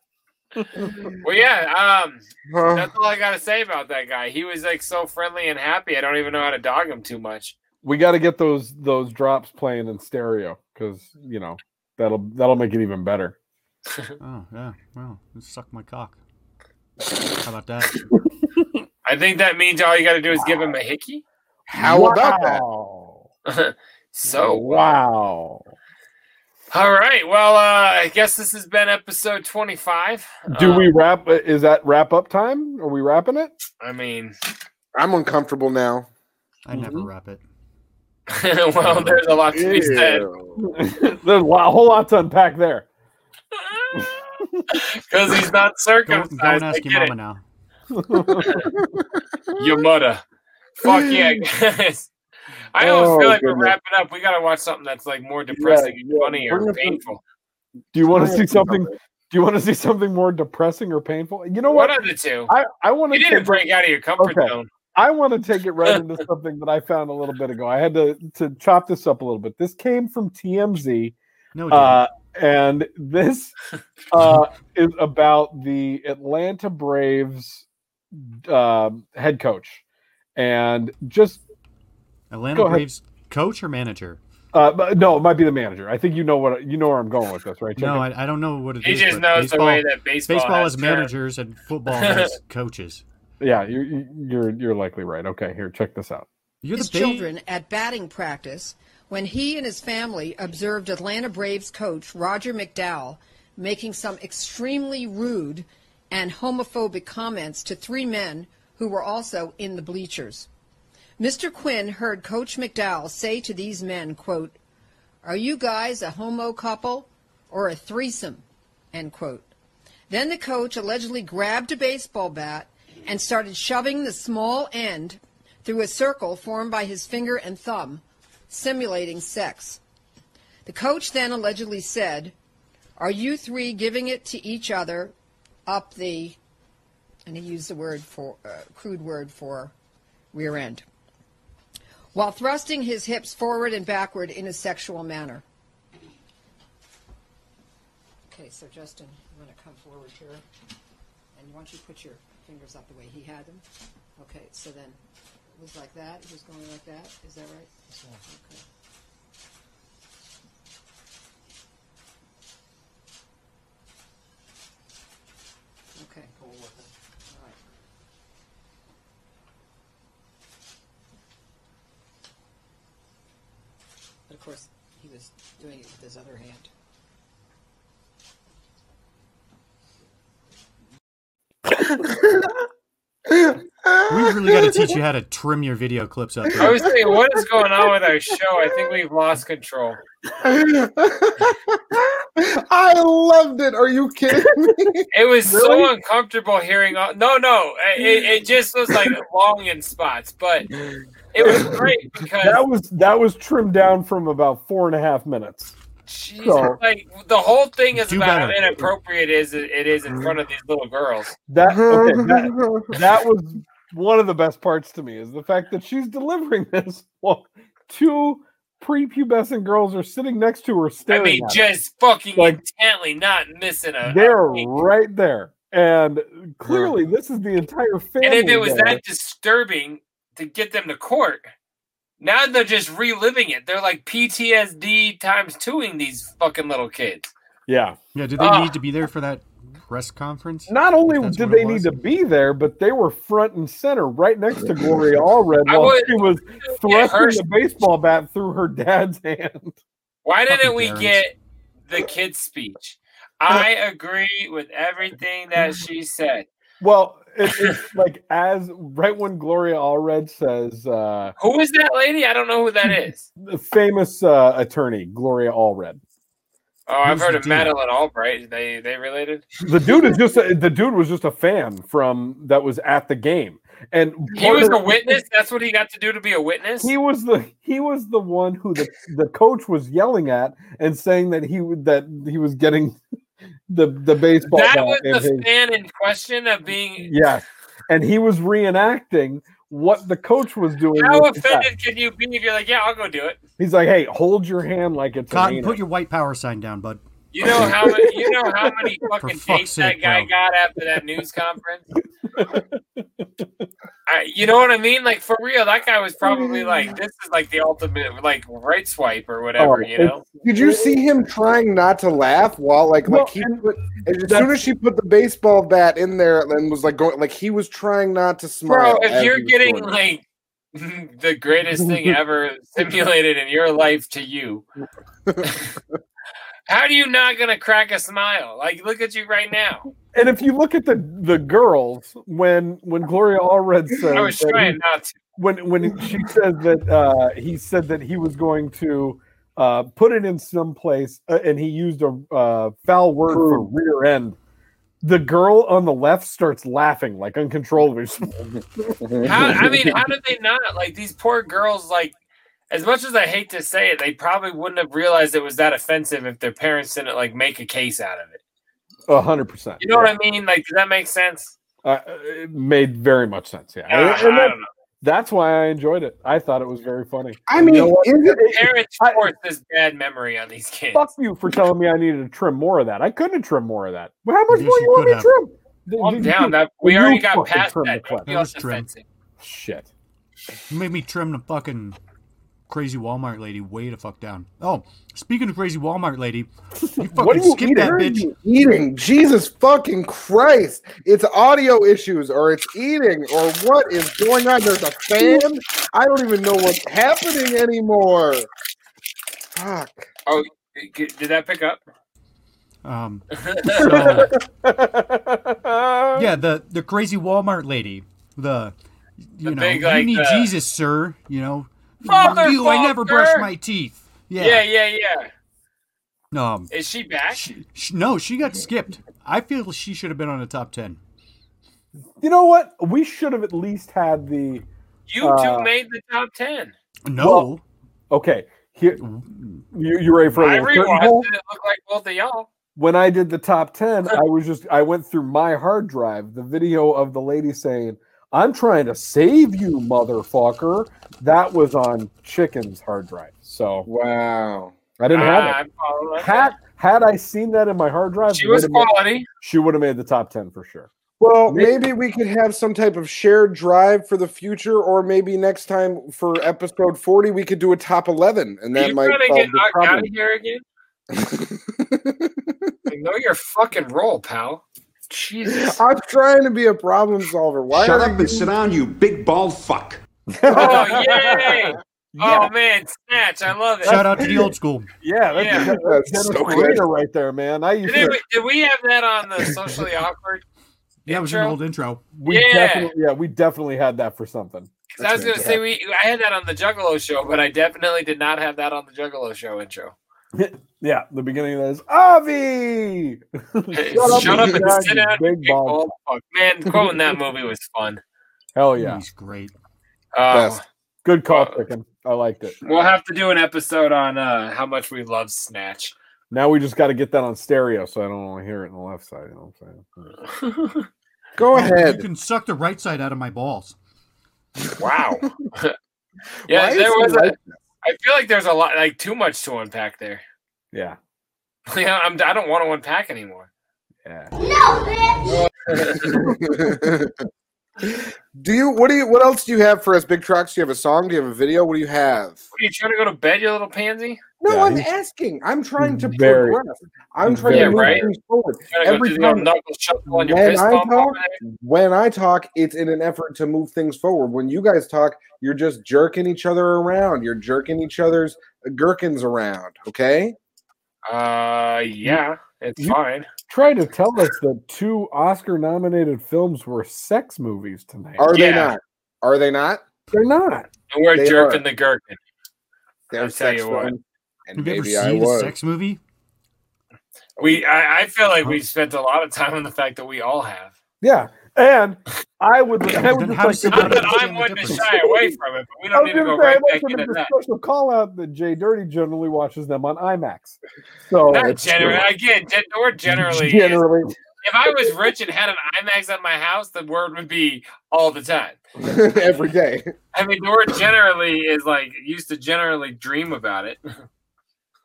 S4: Well, yeah. Um,
S8: Huh.
S4: that's all I gotta say about that guy. He was like so friendly and happy. I don't even know how to dog him too much.
S6: We got to get those those drops playing in stereo because you know that'll that'll make it even better.
S3: Oh yeah. Well, suck my cock. How about that?
S4: I think that means all you gotta do is give him a hickey.
S8: How about that?
S4: so
S6: Oh, wow.
S4: All right. Well, uh, I guess this has been episode twenty-five.
S6: Do
S4: Uh,
S6: we wrap? Is that wrap up time? Are we wrapping it? (laughs)
S4: I mean, (laughs)
S8: I'm uncomfortable now.
S3: I never wrap it.
S4: well, there's a lot to be said.
S6: There's a lot- a whole lot to unpack there.
S4: Because he's not circumcised.
S3: Go and
S4: I
S3: ask your
S4: get
S3: mama now.
S4: it. Your mother. Fuck yeah, guys. I almost
S6: Oh,
S4: feel like we're
S6: goodness.
S4: wrapping up. We gotta watch something that's like more depressing
S6: Yeah,
S4: and
S6: yeah.
S4: funny
S6: Bring
S4: or
S6: up the-
S4: painful.
S6: Do you want
S4: I
S6: to see
S4: have
S6: something? Do you want to see something more depressing or painful? You know what?
S4: What are the two?
S6: I I want to
S4: You didn't break out of your comfort
S6: Okay.
S4: zone.
S6: I want to take it right into something that I found a little bit ago. I had to to chop this up a little bit. This came from TMZ.
S3: No, it
S6: uh, and this uh, is about the Atlanta Braves um head coach, and just
S3: Atlanta
S6: Go ahead.
S3: Braves coach or manager?
S6: uh, but no, it might be the manager. I think you know what you know where I'm going with this, right?
S3: No,
S6: Jacob?
S3: I, I don't know what it is.
S4: He just
S3: but
S4: knows the way that baseball has
S3: is
S4: terms.
S3: managers and
S4: (laughs)
S3: football has coaches.
S6: yeah, you're you're you're likely right. Okay, here, check this out.
S3: You're
S11: his children at batting practice when he and his family observed Atlanta Braves coach Roger McDowell making some extremely rude and homophobic comments to three men who were also in the bleachers. Mr. Quinn heard Coach McDowell say to these men, quote, Are you guys a homo couple or a threesome? End quote. Then the coach allegedly grabbed a baseball bat and started shoving the small end through a circle formed by his finger and thumb, simulating sex. The coach then allegedly said, Are you three giving it to each other up the, and he used the word for, uh, crude word for rear end, while thrusting his hips forward and backward in a sexual manner. Okay, so Justin, you want to come forward here? And why don't you put your fingers up the way he had them? Okay, so then it was like that. It was going like that. Is that right? Okay. Okay. All right. But of course, he was doing it with his other hand.
S3: We really got to teach
S6: (laughs)
S3: you how to trim your video clips up.
S4: I was thinking, what is going on with our show? I think we've lost control.
S8: I loved it. Are you kidding me?
S4: It was so
S8: Really?
S4: uncomfortable hearing. All, no, no, it, it just was
S6: (laughs)
S4: like long in spots, but it was great because
S6: That was that was trimmed down from about four and a half minutes.
S4: Jesus,
S6: So-
S4: like the whole thing is
S6: Do
S4: about
S6: better.
S4: how inappropriate is it it is
S6: Mm-hmm.
S4: in front of these little girls.
S6: That okay, that,
S4: (laughs)
S6: that was one of the best parts to me is the fact that she's delivering (laughs) this while two prepubescent girls are sitting next to her
S4: I
S6: staring.
S4: mean,
S6: at her.
S4: just fucking
S6: Like-
S4: intently, not missing a.
S6: they're right there, and clearly
S3: Mm.
S6: this is the entire family.
S4: and if it was
S6: there.
S4: that disturbing to get them to court, now they're just reliving it. They're like PTSD times twoing these fucking little kids.
S6: yeah,
S3: yeah. Do they
S4: Ah.
S3: need to be there for that press conference?
S6: not only
S3: That's
S6: did
S3: what it
S6: they need
S3: was.
S6: to be there, but they were front and center, right next to Gloria Allred,
S4: I
S6: while
S4: would-
S6: she was
S4: Yeah,
S6: thrusting
S4: her-
S6: the baseball bat through her dad's (laughs) hand.
S4: Why didn't
S6: Fucking
S4: we
S6: parents.
S4: get the kids' speech? I agree with everything that she said.
S6: Well,
S4: (laughs)
S6: it, it's like as right when Gloria Allred says, uh,
S4: Who is that lady? I don't know who that is.
S6: the famous uh, attorney Gloria Allred.
S4: Oh, I've
S6: Who's
S4: heard
S6: the
S4: of
S6: dude?
S4: Madeline Albright. They they related?
S6: The dude is just a, the dude was just a fan from that was at the game, and
S4: He
S6: part
S4: was
S6: of-
S4: a witness. That's what he got to do to be a witness.
S6: He was the he was the one who the, the coach was yelling at and saying that he would that he was getting (laughs) the the baseball.
S4: That
S6: bat
S4: was
S6: in his-
S4: the fan in question of being.
S6: Yes, and he was reenacting what the coach was doing.
S4: How
S6: with the bat.
S4: offended can you be if you're like, yeah, I'll go do it?
S6: He's like, "Hey, hold your hand like it's an
S3: Cotton,
S6: anus."
S3: put your white power sign down, bud.
S4: You know how many, you know how
S3: (laughs)
S4: many fucking
S3: fuck's
S4: dates that
S3: sake,
S4: guy
S3: bro.
S4: got after that news conference. I, you know what I mean? Like for real, that guy was probably like, this is like the ultimate like right swipe or whatever.
S8: Oh,
S4: you know?
S8: Did you see him trying not to laugh while like like he put, as soon as she put the baseball bat in there and was like going like he was trying not to smile.
S4: Bro, if
S8: as
S4: you're
S8: he was
S4: getting
S8: doing it.
S4: like (laughs) the greatest thing ever simulated in your life to you, how do you not gonna crack a smile? Like, look at you right now.
S6: And if you look at the the girls when when Gloria Allred says
S4: (laughs) I was
S6: that he-
S4: trying not to.
S6: when when she says that uh, he said that he was going to uh, put it in some place uh, and he used a uh, foul word for rear end. The girl on the left starts laughing like uncontrollably. (laughs)
S4: How, I mean, how did they not? Like these poor girls, like as much as I hate to say it, they probably wouldn't have realized it was that offensive if their parents didn't like make a case out of it.
S6: a hundred percent.
S4: You know what I mean? Like, does that make sense?
S6: Uh, it made very much sense. Yeah,
S4: Uh, I
S6: that-
S4: don't know.
S6: that's why I enjoyed it. I thought it was very funny.
S8: I mean,
S6: You know what?
S4: Parents force this bad memory on these kids.
S6: fuck you for telling me I needed to trim more of that. I couldn't trim more of that. Well, How much
S4: Yes,
S6: more
S4: you
S6: you want
S4: could
S6: me to
S4: have.
S6: trim? Th-
S4: Calm
S6: th-
S4: down.
S6: you-
S4: That we
S6: you
S4: already got
S6: fucking
S4: past
S6: trim
S4: that.
S6: the
S4: Don't
S6: clip.
S4: be all defensive.
S6: (laughs) Shit. (laughs)
S3: You made me trim the fucking crazy Walmart lady way to fuck down. Oh, speaking of crazy Walmart lady, (laughs) you fucking
S8: What are you
S3: skip
S8: eating?
S3: that
S8: What are
S3: bitch.
S8: you eating? Jesus fucking Christ! It's audio issues, or it's eating, or what is going on? There's a fan. I don't even know what's happening anymore. Fuck.
S4: Oh, g- g- did that pick up?
S3: Um, so, yeah, the the crazy Walmart lady, the you
S4: The
S3: know,
S4: big,
S3: you
S4: like,
S3: need
S4: uh,
S3: Jesus, sir. You know,
S4: Father,
S3: you, I never brush
S4: fucker!
S3: my teeth.
S4: yeah,
S3: Yeah,
S4: yeah, yeah.
S3: Um,
S4: Is she back?
S3: sh- no, she got skipped. I feel she should have been on a top ten.
S6: You know what? We should have at least had the.
S4: you two
S6: uh,
S4: made the top ten.
S3: No.
S6: okay. Here, you, you ready for a
S4: I
S6: little curtain
S4: rewatched
S6: pull?
S4: it. It looked like both of y'all.
S6: When I did the top ten, I was just I went through my hard drive, the video of the lady saying, "I'm trying to save you, motherfucker." That was on Chicken's hard drive. So
S8: wow,
S6: I didn't
S4: Ah,
S6: have
S4: I'm following.
S6: it.
S4: Okay.
S6: Had had I seen that in my hard drive,
S4: She
S6: it would
S4: was
S6: have made-
S4: quality.
S6: she would have made the top ten for sure.
S8: Well, maybe we could have some type of shared drive for the future, or maybe next time for episode forty, we could do a top eleven, and
S4: Are
S8: that
S4: you
S8: might
S4: trying to
S8: solve
S4: get
S8: the
S4: knocked out
S8: problem.
S4: of here again? (laughs) I know your fucking role, pal. Jesus.
S6: (laughs) Oh,
S8: I'm trying to be a problem solver. Why
S12: Shut
S8: are
S12: up
S8: you-
S12: and sit down, you big bald fuck.
S4: (laughs) Oh
S6: (laughs)
S4: yay! Oh man, snatch! I love it.
S3: Shout out to the
S4: (laughs)
S3: old school.
S6: Yeah, that's,
S4: Yeah.
S6: that's,
S8: That's
S6: Dennis
S8: so good.
S6: Rader right there, man. I used
S4: Did, it,
S6: to,
S4: did we have that on the
S8: (laughs)
S4: socially awkward?
S3: That was an old intro.
S6: we
S4: yeah.
S6: definitely, yeah, we definitely had that for something.
S4: 'Cause I was going to say we. I had that on the Juggalo show, but I definitely did not have that on the Juggalo show intro.
S6: Yeah, the beginning of that is Avi.
S4: Shut up, and sit down, you
S6: big
S4: big bald
S6: ball.
S4: fuck. Man, quoting that movie was
S8: (laughs)
S4: fun.
S6: Hell yeah,
S3: He's great.
S4: Uh,
S6: Best. good call, chicken. I liked it.
S4: we'll have to do an episode on uh, how much we love
S6: (laughs)
S4: Snatch.
S6: Now we just got to get that on stereo, so I don't want to hear it on the left side. You know what I'm saying?
S8: Go
S3: You
S8: ahead. (laughs)
S3: can suck the right side out of my balls.
S8: (laughs)
S4: Wow. yeah, there
S8: Why is he
S4: was. A,
S8: like
S4: I feel like there's a lot, like too much to unpack there. (laughs)
S6: Yeah.
S4: Yeah, I'm. I don't want to unpack anymore.
S8: do you? What do you? What else do you have for us, Big Trucks? Do you have a song? Do you have a video? What do you have?
S4: What, are you trying to go to bed, you little pansy?
S8: No,
S6: Yeah,
S8: I'm
S6: he's-
S8: asking. I'm trying to
S6: very-
S8: progress. I'm
S6: he's
S8: trying
S4: very-
S8: to move
S4: Yeah, right?
S8: things forward.
S4: Trying to go
S8: Every
S4: do the old
S8: time
S4: knuckle shuffle on your
S8: when
S4: fist
S8: I
S4: bump
S8: talk,
S4: over there?
S8: when I talk, it's in an effort to move things forward. When you guys talk, you're just jerking each other around. You're jerking each other's gherkins around. Okay.
S4: Uh, yeah, it's
S6: You-
S4: fine.
S6: Try to tell us that two Oscar-nominated films were sex movies tonight.
S8: Are they
S4: Yeah.
S8: not? Are they not?
S6: They're not.
S4: And we're
S8: They
S4: jerking
S8: are.
S4: the gherkin.
S8: They're
S4: I'll tell
S8: sex
S4: you what.
S8: films, And
S3: Have you ever
S8: maybe I
S3: seen a
S8: was.
S3: sex movie?
S4: We, I, I feel like we spent a lot of time on the fact that we all have.
S6: Yeah, and I would. I would
S4: Then
S6: just
S4: how
S6: like
S4: does
S6: to
S4: it-
S6: give
S4: how did
S6: a-
S4: I want to shy away from it, but we
S6: I
S4: don't
S6: was
S4: need to
S6: gonna
S4: go
S6: say, I
S4: right
S6: like
S4: back
S6: to
S4: into
S6: give a
S4: that.
S6: special call out that Jay Dirty generally watches them on IMAX. So
S4: Not generally, again, gen- the word generally. is- (laughs)
S6: generally,
S4: if I was rich and had an IMAX at my house, the word would be all the time.
S8: every day.
S4: I mean, the word generally is like used to generally dream about it.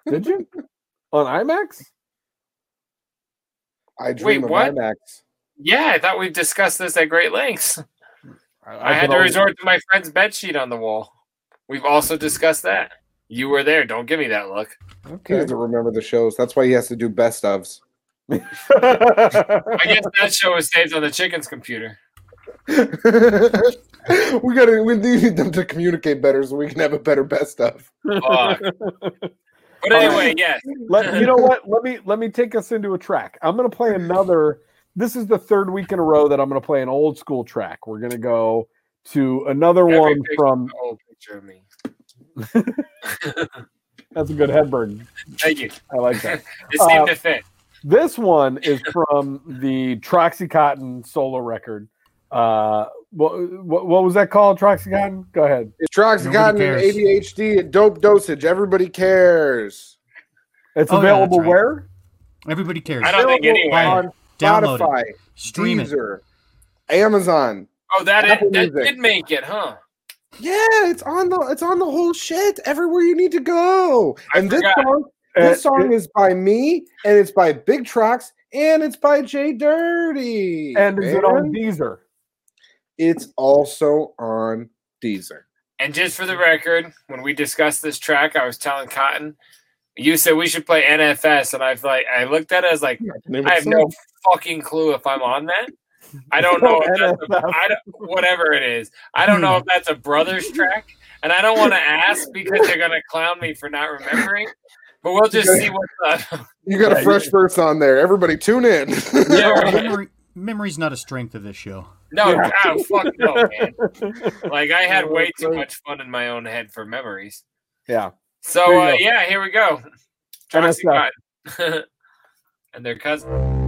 S6: Did you on IMAX?
S8: I dream
S4: Wait,
S8: of
S4: what?
S8: IMAX.
S4: Yeah, I thought we discussed this at great lengths. I,
S6: I
S4: had
S6: can
S4: to
S6: only-
S4: resort to my friend's bed sheet on the wall. We've also discussed that. You were there. Don't give me that look.
S8: He doesn't remember the shows. That's why he has to do best ofs. (laughs)
S6: (laughs)
S4: I guess that show was saved on the chicken's computer.
S8: We gotta we need them to communicate better so we can have a better best of.
S4: Fuck. But anyway, yes.
S6: Let, you know what? Let me let me take us into a track. I'm going to play another. This is the third week in a row that I'm going to play an old school track. We're going to go to another one
S4: picture-
S6: from.
S4: the whole picture of me.
S6: That's a good headburn.
S4: Thank you.
S6: I like that.
S4: It seemed
S6: Uh,
S4: to fit.
S6: This one
S3: (laughs)
S6: is from the Troxy Cotton solo record. Uh, what, what what was that called? Troxy Cotton. Go ahead.
S8: It's Troxycontin and ADHD and dope dosage. Everybody cares.
S6: It's
S3: Oh, yeah,
S6: available
S3: that's right.
S6: where?
S3: Everybody cares.
S8: I don't think
S3: Available
S8: anyone-
S3: on
S8: Download
S3: Download
S8: Spotify,
S3: it. Stream it.
S8: Deezer, Amazon.
S4: Oh, that
S8: Apple
S4: it, that
S8: Music.
S4: did make it, huh?
S8: Yeah, it's on the it's on the whole shit everywhere you need to go. and this
S4: forgot.
S8: song, this
S4: Uh,
S8: song is by me, and it's by Big Trox, and it's by Jay Dirty.
S6: And is it on
S8: man.
S6: Deezer?
S8: It's also on Deezer.
S4: And just for the record, when we discussed this track, I was telling Cotton, you said we should play NFS, and I was like, I looked at it as like,
S8: name
S4: I
S8: of
S4: have
S8: the
S4: no
S8: song.
S4: fucking clue if I'm on that. I don't know if that's a, I don't, whatever it is. I don't know if that's a brothers track, and I don't want to ask because they're gonna clown me for not remembering. But we'll just see what's up.
S8: You got
S3: Yeah,
S8: a
S3: you-
S8: fresh verse on there. Everybody tune in. (laughs)
S4: Yeah, right.
S3: Memory, memory's not a strength of this show.
S4: No, oh, fuck no, (laughs) man. Like I had way too much fun in my own head for memories.
S6: Yeah.
S4: So uh, yeah, here we go.
S6: NSF.
S4: Troxycotton (laughs) and their cousin.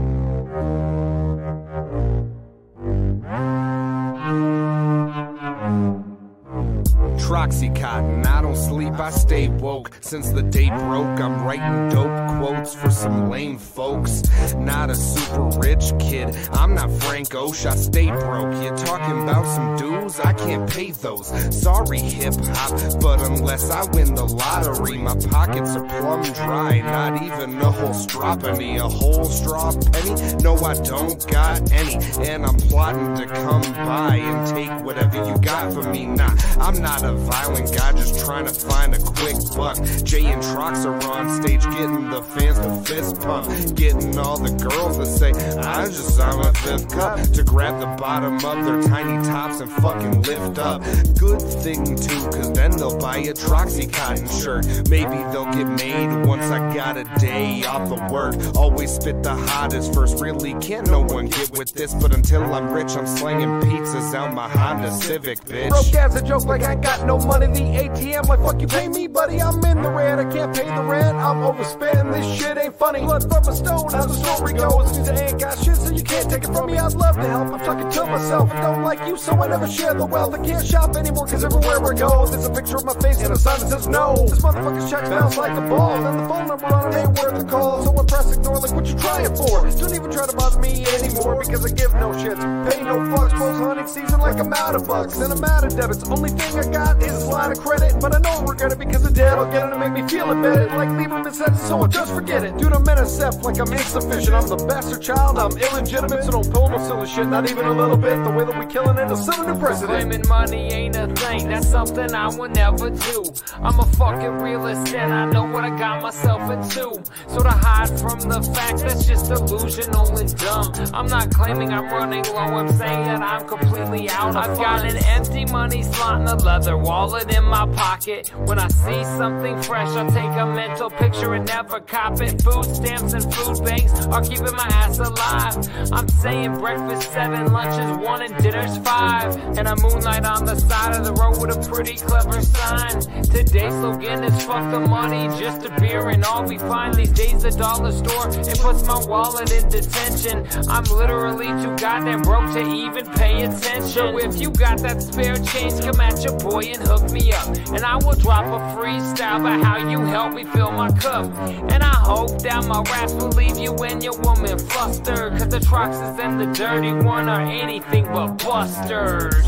S1: Troxycotton, I don't sleep, I stay woke. Since the day broke, I'm writing dope quotes for some lame folks. Not a super rich kid, I'm not Frank Osh, I stay broke. You're talking about some dues, I can't pay those. Sorry, hip hop, but unless I win the lottery, my pockets are plumb dry. Not even a whole stropony, a whole straw penny. No, I don't got any, and I'm plotting to come by and take whatever you got for me. Nah, I'm not a violent guy, just trying to find a quick buck. Jay and Trox are on stage, getting the fans to fist pump, getting all the girls to say, I just saw my fifth cup to grab the bottom of their tiny tops and fucking lift up. Good thing too, cause then they'll buy a Troxy cotton shirt. Maybe they'll get made once I got a day off of work. Always spit the hottest first, really can't no one get with this. But until I'm rich, I'm slinging pizzas out my Honda Civic, bitch.
S2: Broke as a joke, like I ain't got no money. The ATM, like fuck you, pay me, buddy. I'm in the red. I can't pay the rent. I'm overspent. This shit ain't funny. Blood from a stone, how the story goes. Means I ain't got shit, so you can't take it from me. I'd love to help. I'm talking to myself. I don't like you, so I never share the wealth. I can't shop anymore, cause everywhere I go, there's a picture of my face and a sign that says no. This motherfucker's check bounced like a ball. And the phone number on it ain't worth the call. So I press ignore, like what you trying for? Don't even try to bother me anymore, because I give no shit. Pay no fucks, post hunting season like I'm out of bucks. And I'm out of debits. Only thing I got is a line of credit. But I don't regret it because the debt will get it to make me feel embedded. Like Lieberman said, so I just forget it. Dude, I'm NSF, like I'm insufficient. I'm the bastard child, I'm illegitimate. So don't pull no silly shit, not even a little bit. The way that we killing it is still a new president.
S13: Claiming money ain't a thing, that's something I will never do. I'm a fucking realist and I know what I got myself into. So to hide from the fact that's just delusional and dumb. I'm not claiming I'm running low, I'm saying that I'm completely out of I've got an empty money slot in a leather wallet in my pocket. When I see something fresh, I take a mental picture and never cop it. Food stamps and food banks are keeping my ass alive. I'm saying breakfast seven, lunch is one, and dinner's five. And I moonlight on the side of the road with a pretty clever sign. Today's slogan is fuck the money, just a beer and all we find. These days the dollar store, it puts my wallet in detention. I'm literally too goddamn broke to even pay attention. So if you got that spare change, come at your boy and hook me up. And I will drop a freestyle about how you help me fill my cup. And I hope that my raps will leave you and your woman flustered. Cause the Troxes and the Dirty One are anything but busters.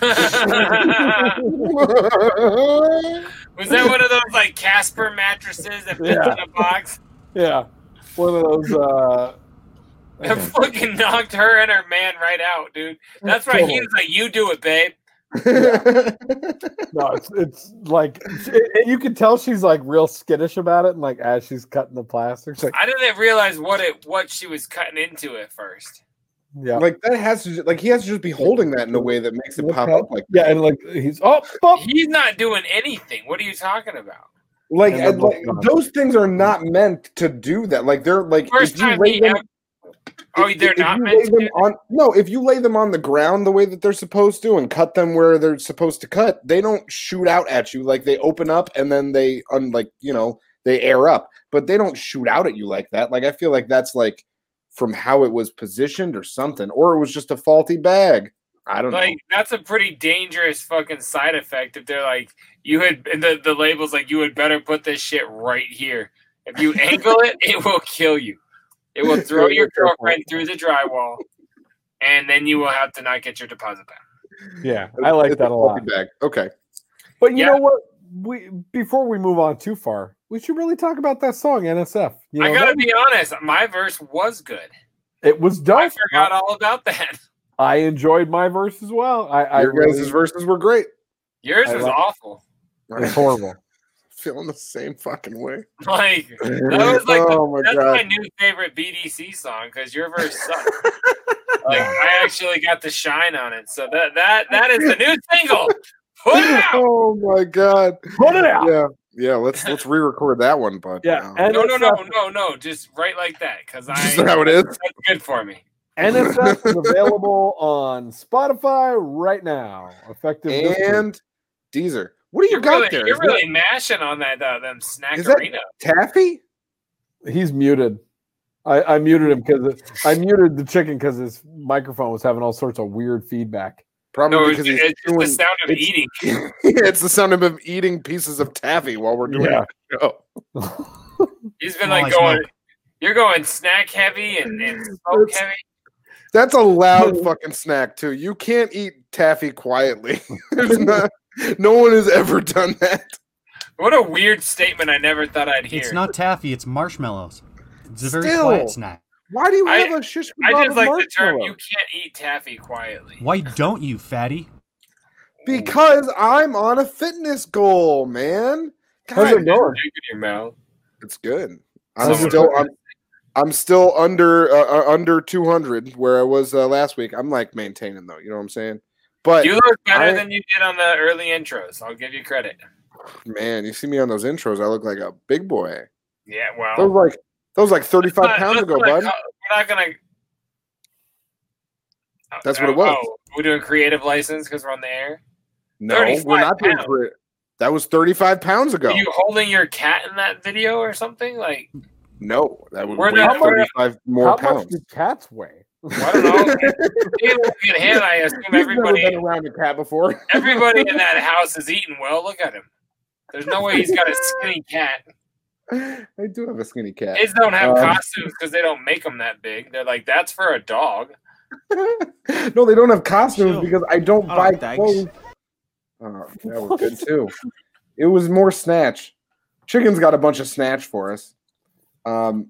S4: (laughs) Was that one of those like Casper mattresses that fits in
S6: Yeah.
S4: a box?
S6: (laughs) Yeah, one of those. Uh,
S4: That fucking knocked her and her man right out, dude. That's right. He was like, "You do it, babe."
S1: (laughs)
S6: no, it's it's like it, you can tell she's like real skittish about it, and like as she's cutting the plastic, she's like,
S4: I didn't realize what it what she was cutting into at first.
S6: yeah,
S8: (laughs) like that has to ju- like he has to just be holding that in a way that makes it pop up like
S6: yeah, and like he's oh,
S4: He's not doing anything. What are you talking about?
S8: like,
S6: And then
S8: uh, like, those things are not meant to do that. Like they're like
S4: First time
S8: lay
S4: he
S8: them-
S4: ever. Oh, they're
S8: if you
S4: not
S8: lay
S4: meant to.
S8: them on no if you lay them on the ground the way that they're supposed to and cut them where they're supposed to cut they don't shoot out at you like they open up and then they un like you know they air up but they don't shoot out at you like that like i feel like that's like from how it was positioned or something or it was just a faulty bag i don't
S4: Like that's a pretty dangerous fucking side effect if they're like you had and the the labels like you had better put this shit right here. If
S6: (laughs)
S4: you angle it, it will kill you. It will throw your girlfriend through the drywall, and then you will have to not get your deposit back.
S6: yeah,
S8: know
S6: I like
S8: It's
S6: that a lot.
S8: faulty bag okay
S6: But you know what? We before we move on too far, we should really talk about that song NSF. You know,
S4: I gotta
S6: that-
S4: be honest, my verse was good.
S6: it was dope. I
S4: Forgot all about that.
S6: I enjoyed my verse as well. I,
S8: Your
S6: I
S8: guys' verses were great.
S4: Yours
S6: I
S4: was
S6: like-
S4: awful. (laughs)
S6: It's horrible.
S8: (laughs) feeling the same fucking way
S4: Like that was like
S8: Oh my
S4: the, that's
S8: God.
S4: my new favorite BDC song because your
S8: (laughs)
S4: verse sucked.
S8: Oh.
S4: like I actually got the shine on it, so that that that is the new
S8: (laughs)
S4: single. Put it out.
S8: oh my god
S6: put it out
S8: yeah yeah let's let's re-record that one bud (laughs) yeah
S4: No, no, no, no, no. Just right like that because I.
S8: (laughs) Just how it is?
S4: That's good for me.
S6: NSF is available on Spotify right now, effective this week.
S8: and Deezer. What do you
S4: You're
S8: got
S4: really,
S8: there?
S4: you're
S8: Is
S4: really mashing on that uh, them
S8: that-
S4: snack
S8: is
S4: arena.
S8: that Taffy?
S6: He's muted. I, I muted him because I muted the chicken because his microphone was having all sorts of weird feedback.
S8: Probably
S4: No, it's,
S8: because he's
S4: it's just the
S8: doing-
S4: sound of
S8: it's-
S4: eating.
S8: (laughs) it's the sound of him eating pieces of taffy while we're doing
S6: Yeah.
S8: the show.
S4: He's been like
S8: Nice
S4: going. You're going snack heavy and, and smoke heavy.
S8: That's a (laughs) loud fucking snack too. You can't eat taffy quietly. (laughs) There's not, no one has ever done that.
S4: What a weird statement! I never thought I'd hear.
S3: It's not taffy, it's marshmallows. It's a very
S4: Still.
S3: quiet snack.
S8: Why do you
S4: I-
S8: have a shish
S4: I
S8: kebab
S4: just
S8: of
S4: like the term.
S8: marshmallow?
S4: You can't eat taffy quietly.
S3: Why don't you, fatty?
S8: Because I'm on a fitness goal, man.
S6: How's it going?
S4: Stick in your mouth.
S8: It's good. I'm
S6: Someone-
S8: still I'm, I'm still under uh, uh, under 200 where I was uh, last week. I'm like maintaining though, you know what I'm saying? But
S4: you look better
S8: I-
S4: than you did on the early intros. I'll give you credit.
S8: man, you see me on those intros, I look like a big boy.
S4: Yeah, well,
S8: Those like those like 35
S4: Let's
S8: pounds
S4: Oh. not-
S8: ago,
S4: let's
S8: bud.
S4: not- uh, We're not gonna.
S8: That's what it was.
S4: we're oh, doing creative license because we're on the air.
S8: No, we're not doing
S4: pounds.
S8: for That was 35 pounds ago.
S4: Are you holding your cat in that video or something? Like,
S8: No, that was
S4: We're
S8: weigh
S4: not- we're-
S8: 35 more
S6: How much
S8: pounds.
S6: do cats weigh?
S8: (laughs)
S4: you look at him. I assume
S8: You've never
S4: everybody,
S8: been around a cat before. (laughs)
S4: everybody in that house is eating well. Look at him. There's no way he's got a skinny cat.
S8: I do have a skinny cat.
S4: Kids don't have
S8: Um,
S4: costumes because they don't make them that big. They're like, that's for a dog.
S8: (laughs) No, they don't have costumes because I don't
S4: Oh,
S8: buy
S4: thanks.
S8: clothes. Oh, that was good too. It was more snatch. Chicken's got a bunch of snatch for us. Um,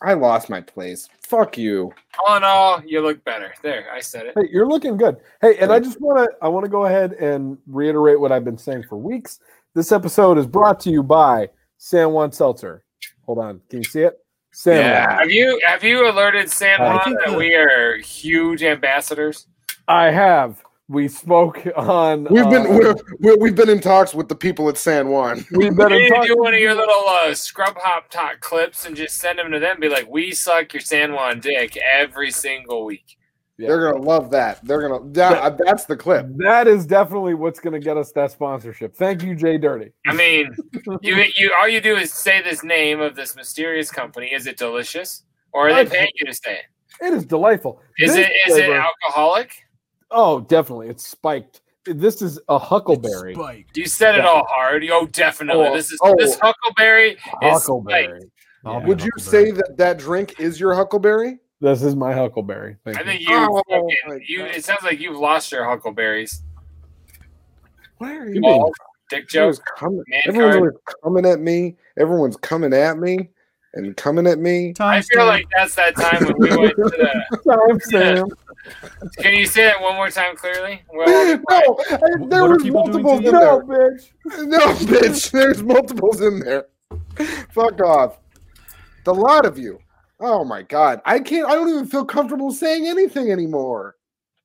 S8: I lost my place. Fuck you.
S4: All in all, you look better. There, I said it.
S6: Hey, you're looking good. Hey, and I just want to I want to go ahead and reiterate what I've been saying for weeks. This episode is brought to you by San Juan Seltzer. Hold on, can you see it? San Juan.
S4: Have you have you alerted San
S6: I
S4: Juan
S6: think
S4: that
S6: so.
S4: we are huge ambassadors?
S6: I have. We spoke on.
S8: We've
S6: uh,
S8: been we're, we're, we've been in talks with the people at San Juan.
S6: We've
S4: You need to do one of your little uh, scrub hop top clips and just send them to them. Be like, we suck your San Juan dick every single week.
S8: They're gonna love that. They're gonna. That, uh, that's the clip.
S6: That is definitely what's going to get us that sponsorship. Thank you, Jay Dirty.
S4: I
S6: (laughs)
S4: mean, you you all you do is say this name of this mysterious company. Is it delicious, or are they paying you to say it?
S6: It is delightful.
S4: Is
S6: This
S4: it is it
S6: flavor-
S4: alcoholic?
S6: Oh, definitely. It's spiked. This is a huckleberry.
S4: You said it all hard. Oh, definitely.
S8: Oh,
S4: this is
S8: oh.
S4: this huckleberry.
S6: Huckleberry.
S4: Is spiked.
S8: Would you say that that drink is your huckleberry?
S6: This is my huckleberry. Thank
S4: I
S6: you.
S4: think you.
S8: Oh,
S4: fucking- you. It sounds like you've lost your huckleberries.
S8: Where are
S4: you? Dick jokes.
S8: Everyone's coming,
S4: Man
S8: everyone's
S4: card.
S8: always coming at me. Everyone's coming at me and coming at me.
S4: I feel like that's that time when we went to
S8: (laughs)
S4: the.
S6: Time
S8: stamp.
S4: Can you say it one more time clearly? Well,
S8: No, I- there was multiples in there.
S6: bitch.
S8: (laughs) No, bitch. There's multiples in there. Fuck off. The lot of you. Oh my god. I can't. I don't even feel comfortable saying anything anymore.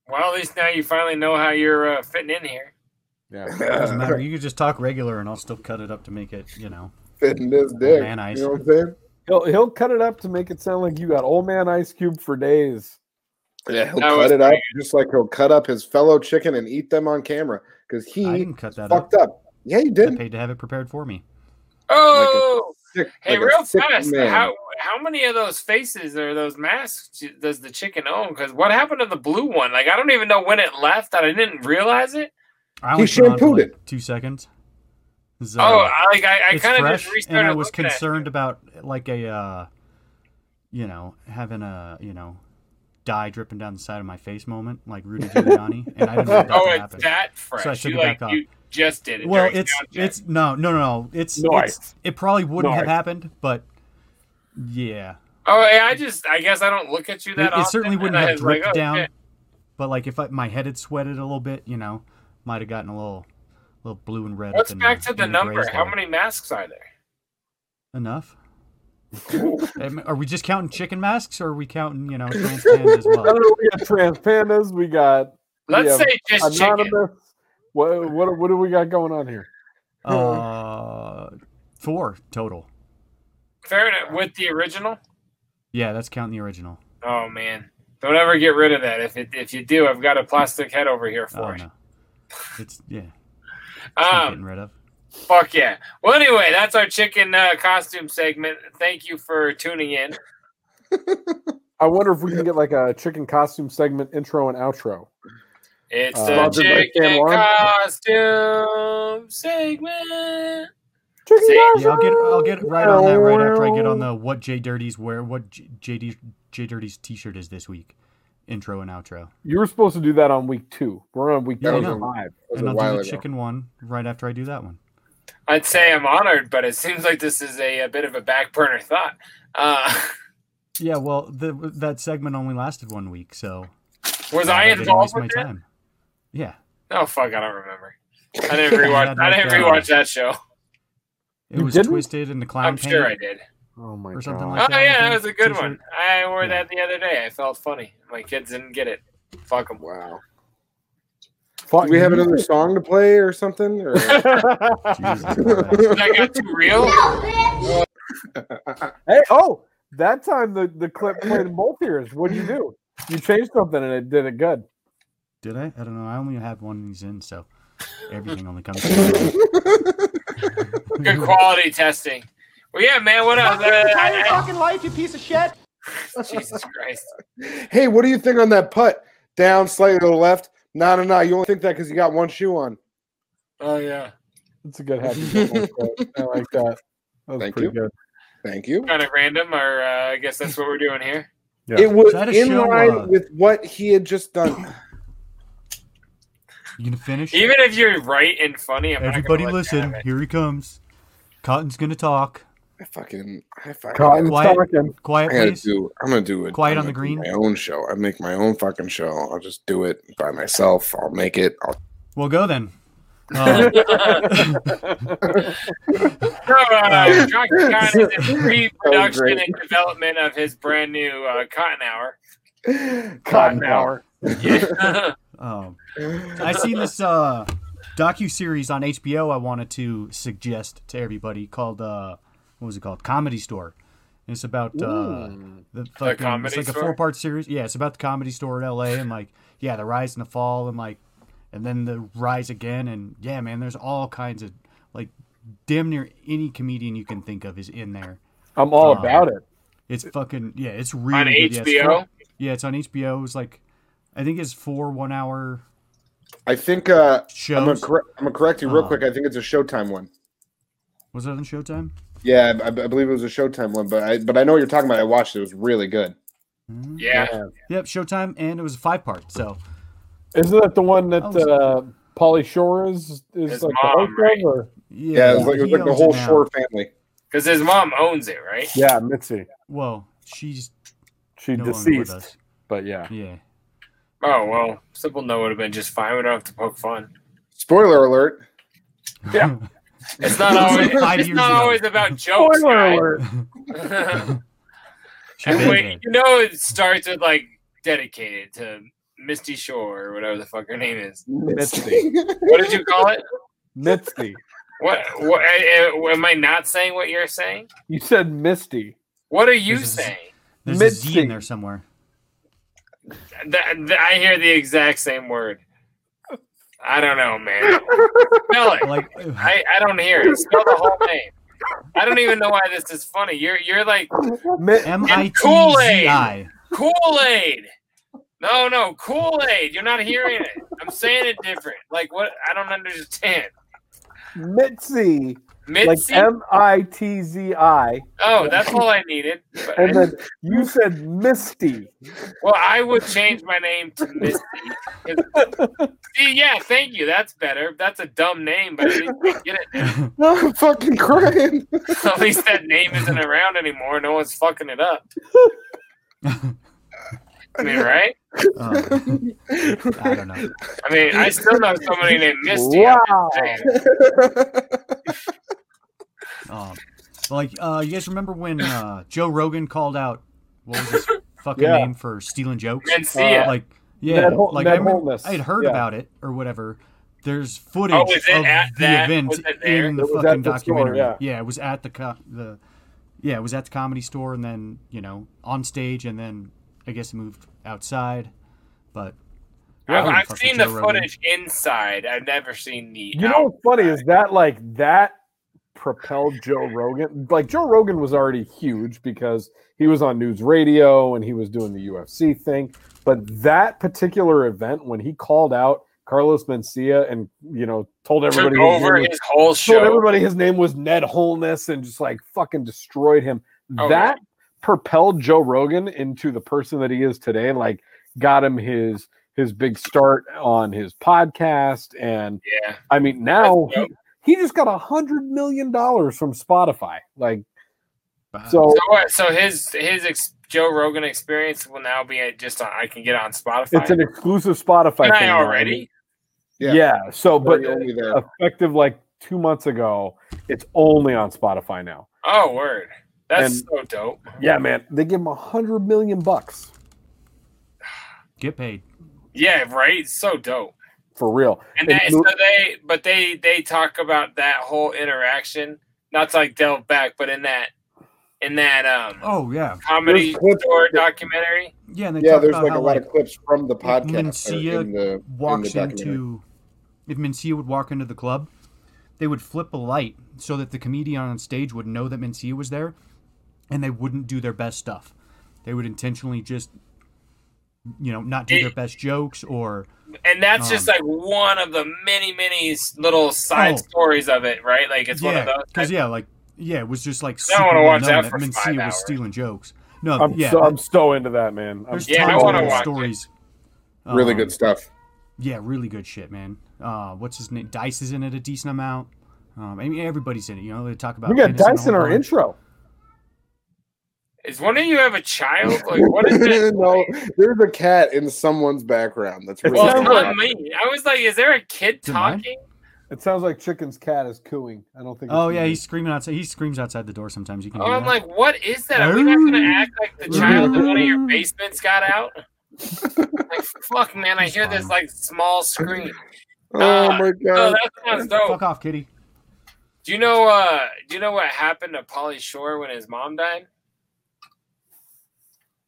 S4: well, at least now you finally know how you're uh, fitting in here.
S6: Yeah.
S3: Doesn't matter. You could just talk regular, and I'll still cut it up to make it, you know.
S8: Fitting this
S3: dick. Oh, Man ice. you know what I'm
S8: saying?
S6: He'll he'll cut it up to make it sound like you got old man Ice Cube for days.
S8: Yeah, he'll
S6: That
S8: cut
S6: was
S8: it up just like he'll cut up his fellow chicken and eat them on camera because he
S3: cut that
S8: fucked up. Yeah, you
S3: I
S8: did.
S3: paid to have it prepared for me.
S4: Oh,
S8: sick-
S4: hey,
S8: like a
S4: real
S8: sick
S4: fast.
S8: man.
S4: How how many of those faces or those masks ch- does the chicken own? Because what happened to the blue one? Like I don't even know when it left. and I didn't realize it.
S3: I only put it on for like two seconds. So,
S4: Oh, I- like, I- I
S3: it's
S4: kinda
S3: fresh,
S4: just
S3: and I
S4: restarted
S3: was
S4: looking at it.
S3: concerned about like a, uh, you know, having a you know, dye dripping down the side of my face moment, like Rudy Giuliani, and I didn't want that
S4: oh,
S3: to
S4: it's
S3: happen.
S4: that fresh.
S3: So I took
S4: you
S3: it back
S4: like
S3: off.
S4: you just did it.
S3: well,
S4: during
S3: it's
S4: sound check.
S3: it's no no no no. It's,
S4: Nice.
S3: it's it probably wouldn't have
S4: Nice.
S3: happened, but yeah,
S4: Oh, hey, I just I guess I don't look at you
S3: it,
S4: that
S3: it
S4: often.
S3: certainly
S4: and
S3: wouldn't
S4: I
S3: have
S4: was like,
S3: dripped
S4: oh,
S3: down.
S4: shit.
S3: But like if I, my head had sweated a little bit, you know, might have gotten a little little blue and red.
S4: Let's
S3: up in
S4: back to the
S3: in
S4: number.
S3: grays
S4: How
S3: there.
S4: many masks are there? (laughs)
S3: enough? Am- are we just counting chicken masks, or are we counting, you know, trans panda as
S6: (laughs) I don't
S3: well?
S6: know, we got trans pandas. We got. we
S3: Let's
S6: have
S3: say just chicken.
S6: What, what what do we got going on here?
S3: Uh, four total.
S4: Fair enough. With the original.
S3: Yeah, that's counting the original.
S4: Oh man, don't ever get rid of that. If it, if you do, I've got a plastic head over here for
S3: Oh
S4: it.
S3: no, it's yeah.
S4: Um,
S3: Getting rid of.
S4: Fuck yeah. Well, anyway, that's our chicken uh, costume segment. Thank you for tuning in.
S6: I wonder if we can get like a chicken costume segment intro and outro.
S4: It's
S6: Uh,
S4: the
S6: sponsored by Sam
S4: chicken
S6: Warren.
S4: costume segment.
S3: Yeah, I'll get I'll get right on that right after I get on the what J Dirty's wear what J- JD J Dirty's T-shirt is this week, intro and outro.
S6: You were supposed to do that on week two. We're on week
S3: Yeah, I
S6: two
S3: know.
S6: live.
S3: and I'll do the chicken one right after I do that one.
S4: I'd say I'm honored, but it seems like this is a, a bit of a back burner thought. Uh, (laughs)
S3: Yeah, well, the, that segment only lasted one week, so
S4: was
S3: Yeah,
S4: I
S3: that didn't
S4: involved
S3: waste my
S4: with it?
S3: time. Yeah,
S4: Oh fuck, I don't remember. I
S3: (laughs)
S4: didn't
S3: Yeah,
S4: rewatch. I
S3: like,
S4: didn't
S3: uh,
S4: rewatch that show.
S3: it was twisted and the clown.
S4: I'm sure I
S3: paint
S4: did.
S6: Oh my
S3: or something
S4: Oh
S3: like uh, that. I
S4: yeah, that
S3: think,
S4: was a good
S3: t-shirt. (laughs)
S4: one. I wore that the other day. I felt funny. My kids didn't get it. Fuck them.
S8: Wow. Do we have another song to play or something?
S3: (laughs)
S8: Or... (laughs)
S6: (laughs)
S4: that got too real.
S6: Hey, oh, that time the, the clip played in both ears. What'd you do? You changed something and it did it good.
S3: Did I? I don't know. I only had one of these in, so everything only comes.
S4: (laughs) Good (laughs) quality testing. Well, yeah, man. What else? Uh, I- I-
S14: fucking life, you piece of shit.
S4: (laughs) Jesus Christ.
S8: Hey, what do you think on that putt? Down slightly to the left. No, no, no. You only think that because you got one shoe on.
S4: Oh yeah.
S6: That's a good happy moment quote. I like that. that was
S8: Thank
S6: pretty
S8: you.
S6: good.
S8: Thank you.
S4: Kind of random, or uh, I guess that's what we're doing (laughs) here.
S8: It was
S3: So I had a
S8: in
S3: show,
S8: line
S3: uh,
S8: with what he had just done.
S3: You gonna finish?
S4: Even if you're right and funny, I'm
S3: Everybody,
S4: not gonna let you have
S3: listen.
S4: it.
S3: Here he comes. Cotton's gonna talk.
S8: I fucking. I fucking
S3: Cotton's Quiet- talking. quiet,
S8: I gotta
S3: please.
S8: do. I'm gonna do it.
S3: Quiet on the
S8: green.
S3: green.
S8: My own show. I make my own fucking show. I'll just do it by myself. I'll make it. I'll (laughs)
S3: Well, go then.
S4: (laughs)
S3: Uh,
S4: uh, John Cotton is in pre-production and development of his brand new uh, Cotton Hour.
S3: Cotton Hour.
S4: Yeah. (laughs)
S3: um, I seen this uh, docu series on HBO. I wanted to suggest to everybody called uh, what was it called? Comedy Store. And it's about uh,
S4: Ooh.
S3: the
S4: The
S3: fucking,
S4: Comedy
S3: it's like
S4: Store?
S3: a four part series. Yeah, it's about the Comedy Store in L.A. and like yeah, the rise and the fall and like and then the rise again and yeah, man, there's all kinds of like damn near any comedian you can think of is in there.
S6: I'm all
S3: Um,
S6: about it.
S3: It's fucking yeah. It's really good. Yeah, it's
S4: HBO?
S3: four- yeah, it's on HBO. It was like, I think it's four one hour.
S8: I think uh, I'm gonna,
S3: Shows?
S8: correct I'm gonna correct you real
S3: Oh.
S8: quick. I think it's a Showtime one.
S3: Was that on Showtime?
S8: Yeah, I, I believe it was a Showtime one, but I but I know what you're talking about. I watched it; it was really good.
S4: Yeah.
S3: Yep, Showtime, and it was a five part. So
S6: Isn't that the one that
S3: I was-
S6: uh, Polly Shore is is
S4: His
S6: like
S4: mom,
S6: the host
S4: right?
S6: of? Or?
S3: yeah,
S8: Yeah, it was like, it was
S3: he
S8: like the
S3: owns
S8: whole
S3: it now.
S8: Shore family.
S4: Because his mom owns it, right?
S6: Yeah, Mitzi.
S3: Well, she's
S6: She
S3: no longer with
S6: deceased.
S3: us.
S6: But
S3: (laughs)
S6: yeah,
S3: Yeah.
S4: Oh well, simple no would have been just fine. We don't have to poke fun.
S8: Spoiler alert.
S4: Yeah. It's not always.
S3: Five
S4: it's
S3: years
S4: not
S3: ago.
S4: always about jokes. guys. (laughs)
S3: She
S4: and
S3: did
S4: wait,
S3: that.
S4: you know it starts with like dedicated to Misty Shore or whatever the fuck her name is.
S3: (laughs)
S6: Mitzi.
S4: What did you call it?
S6: Mitzi.
S4: What, what eh, eh, am I not saying? What you're saying?
S6: You said Misty.
S4: What are you
S6: This is-
S4: saying?
S3: There's a Z in there somewhere.
S4: Th- th- I hear the exact same word. I don't know, man. Spell it.
S3: Like uh,
S4: I, I don't hear it. Spell the whole name. I don't even know why this is funny. You're you're like
S3: M I T Z I.
S4: Kool Aid. No, no, Kool Aid. You're not hearing it. I'm saying it different. Like what? I don't understand.
S6: Mitzi.
S4: Mitzi?
S6: Like M I T Z I.
S4: Oh, that's all I needed. But I-
S6: And then you said Misty.
S4: well, I would change my name to
S6: (laughs)
S4: Misty. 'Cause- See, yeah, thank you. That's better. That's a dumb name, but at least I get it.
S8: No, I'm fucking crying.
S4: At least that name isn't around anymore. No one's fucking it up. I mean, right?
S3: Um, I don't know.
S4: I mean, I still know somebody named Misty.
S6: Wow.
S3: Um, like uh, you guys remember when uh, Joe Rogan called out what was his fucking
S6: Yeah.
S3: name for stealing jokes?
S4: Mencia.
S3: Uh, like yeah,
S6: Ned Hol-
S3: like
S6: Ned
S3: I, remember-
S6: Holness.
S3: I had heard
S6: Yeah.
S3: about it or whatever. There's footage
S4: Oh, was it
S3: of
S4: at
S3: the
S4: that-
S3: event
S4: was it there?
S3: in the
S4: It was at
S3: fucking
S6: the store,
S3: documentary.
S6: yeah.
S3: it was at the co- the yeah, it was at the comedy store and then you know on stage and then I guess it moved outside, but. I
S4: I've,
S3: wouldn't
S4: I've
S3: fuck with
S4: seen the
S3: Joe Rogan.
S4: footage inside. I've never seen the.
S6: You know what's funny is that like that propelled Joe Rogan. Like Joe Rogan was already huge because he was on news radio and he was doing the UFC thing. But that particular event when he called out Carlos Mencia and you know told
S4: Took
S6: everybody
S4: over
S6: name
S4: his whole show.
S6: told everybody his name was Ned Holness and just like fucking destroyed him.
S4: Oh,
S6: that propelled Joe Rogan into the person that he is today and like got him his his big start on his podcast and
S4: Yeah.
S6: I mean, now he, he just got a hundred million dollars from Spotify. Like, so
S8: Uh,
S4: So, what? So his his ex- Joe Rogan experience will now be uh, just on. I can get on Spotify.
S6: it's an exclusive Spotify.
S4: Can I
S6: thing now.
S4: already?
S6: Yeah. So, but
S8: Already only there.
S6: effective like two months ago, it's only on Spotify now.
S4: Oh, word. That's
S6: And-
S4: so dope.
S6: Yeah, man. They give him a hundred million bucks
S3: Get paid.
S4: Yeah, right. It's so dope.
S6: for real.
S4: And,
S6: And
S4: they,
S6: you-
S4: so they, but they they talk about that whole interaction. Not to like delve back, but in that in that um
S3: Oh yeah,
S4: comedy
S8: clips
S4: store documentary.
S3: yeah. And they
S8: Yeah,
S3: talk
S8: there's
S3: about
S8: like a
S3: how,
S8: lot of clips from the
S3: if
S8: podcast.
S3: Mencia
S8: or in the, in the
S3: walks
S8: documentary.
S3: into if Mencia would walk into the club, they would flip a light so that the comedian on stage would know that Mencia was there, and they wouldn't do their best stuff. They would intentionally just, you know, not do their best jokes or
S4: And that's just
S3: Um,
S4: like one of the many, many s- little side
S3: Oh.
S4: stories of it, right? Like it's one of
S3: yeah,
S4: those.
S3: because yeah, like yeah, it was just like
S4: I
S3: super
S4: don't wanna
S3: well
S4: watch
S3: known
S4: that
S3: that
S4: for five
S3: Mencia
S4: hours.
S3: was stealing jokes. No,
S6: I'm,
S3: yeah,
S6: so, I'm so into that, man. I'm
S3: there's
S6: so
S3: tons
S6: into
S3: of
S6: it.
S3: those stories.
S8: Really
S3: Um,
S8: good stuff.
S3: Yeah, really good shit, man. Uh, what's his name? Dice is in it a decent amount. Um, I mean, everybody's in it. You know, they talk about.
S6: We got
S3: penis and
S6: Dice in
S3: whole
S6: our
S3: nine.
S6: intro.
S4: Is one of you have a
S6: (laughs)
S4: child? Like what is that?
S8: (laughs) no, there's a
S3: Oh
S8: cat in someone's background. That's really
S4: Well, it's not me. I was like, is there a kid
S3: it mine?
S4: talking?
S6: It sounds like Chicken's cat is cooing. I don't think.
S3: Oh
S6: it's
S3: yeah,
S6: me.
S3: he's screaming outside. He screams outside the door sometimes. You can.
S4: Oh,
S3: hear
S4: I'm
S3: that.
S4: like, what is that? Are we not going to act like the child in one of your basements got out? Like, fuck, man, I hear this like small scream.
S3: Oh, my
S4: No,
S3: God.
S4: that sounds dope.
S3: Fuck off, kitty.
S4: Do you know? Uh, do you know what happened to Polly Shore when his mom died?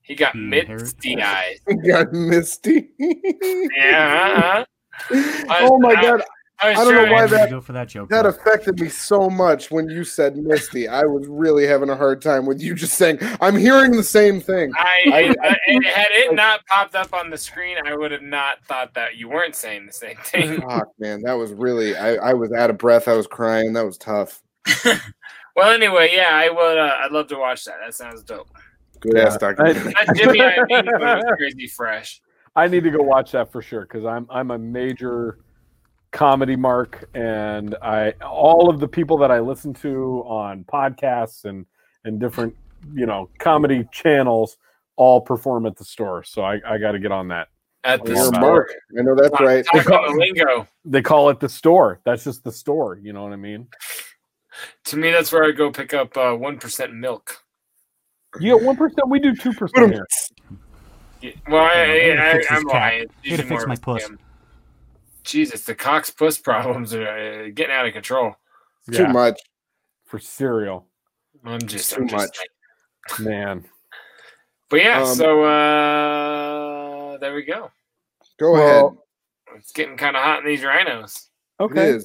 S4: He got misty eyes.
S8: got
S3: (laughs)
S8: misty.
S4: Yeah. Uh-huh. I was-
S8: oh my
S4: I-
S8: god!
S4: I
S8: I,
S4: was
S8: don't
S4: trying-
S8: know why
S4: Andrew,
S8: that
S4: go for that joke,
S8: that affected me so much when you said Misty. I was really having a hard time with you just saying. I'm hearing the same thing.
S4: I, I, and had it not popped up on the screen, I would have not thought that you weren't saying the same thing. (laughs)
S8: Fuck, man, that was really. I, I was out of breath. I was crying. That was tough.
S4: Well, anyway, yeah, I would. Uh, I'd love to watch that. That sounds dope.
S8: Good ass documentary.
S4: That Jimmy Iovine one was crazy fresh.
S6: I need to go watch that for sure because I'm I'm a major comedy mark, and I all of the people that I listen to on podcasts and and different you know comedy channels all perform at the store. So I, I got to get on that.
S4: At
S8: the store. Mark. I know that's right.
S6: They
S4: Talk about
S6: call,
S4: lingo.
S6: they call it the store. That's just the store. You know what I mean?
S4: To me, that's where I go pick up uh, one milk.
S6: You get one percent. We do two percent here.
S4: Yeah, Well, I,
S6: Yeah,
S4: I,
S6: way to fix
S4: I,
S6: his
S4: am
S6: cat.
S4: lying. It's
S6: Way to
S4: usually
S6: fix
S4: more
S6: my
S4: of
S6: puss.
S4: him. Jesus, the cock's puss problems are uh, getting out of control.
S6: Yeah. for cereal.
S4: I'm just, I'm just like-
S6: man.
S4: but yeah.
S6: Um,
S4: so uh, there we go.
S8: Go
S6: Well,
S4: It's getting kind of hot in these rhinos.
S6: Okay.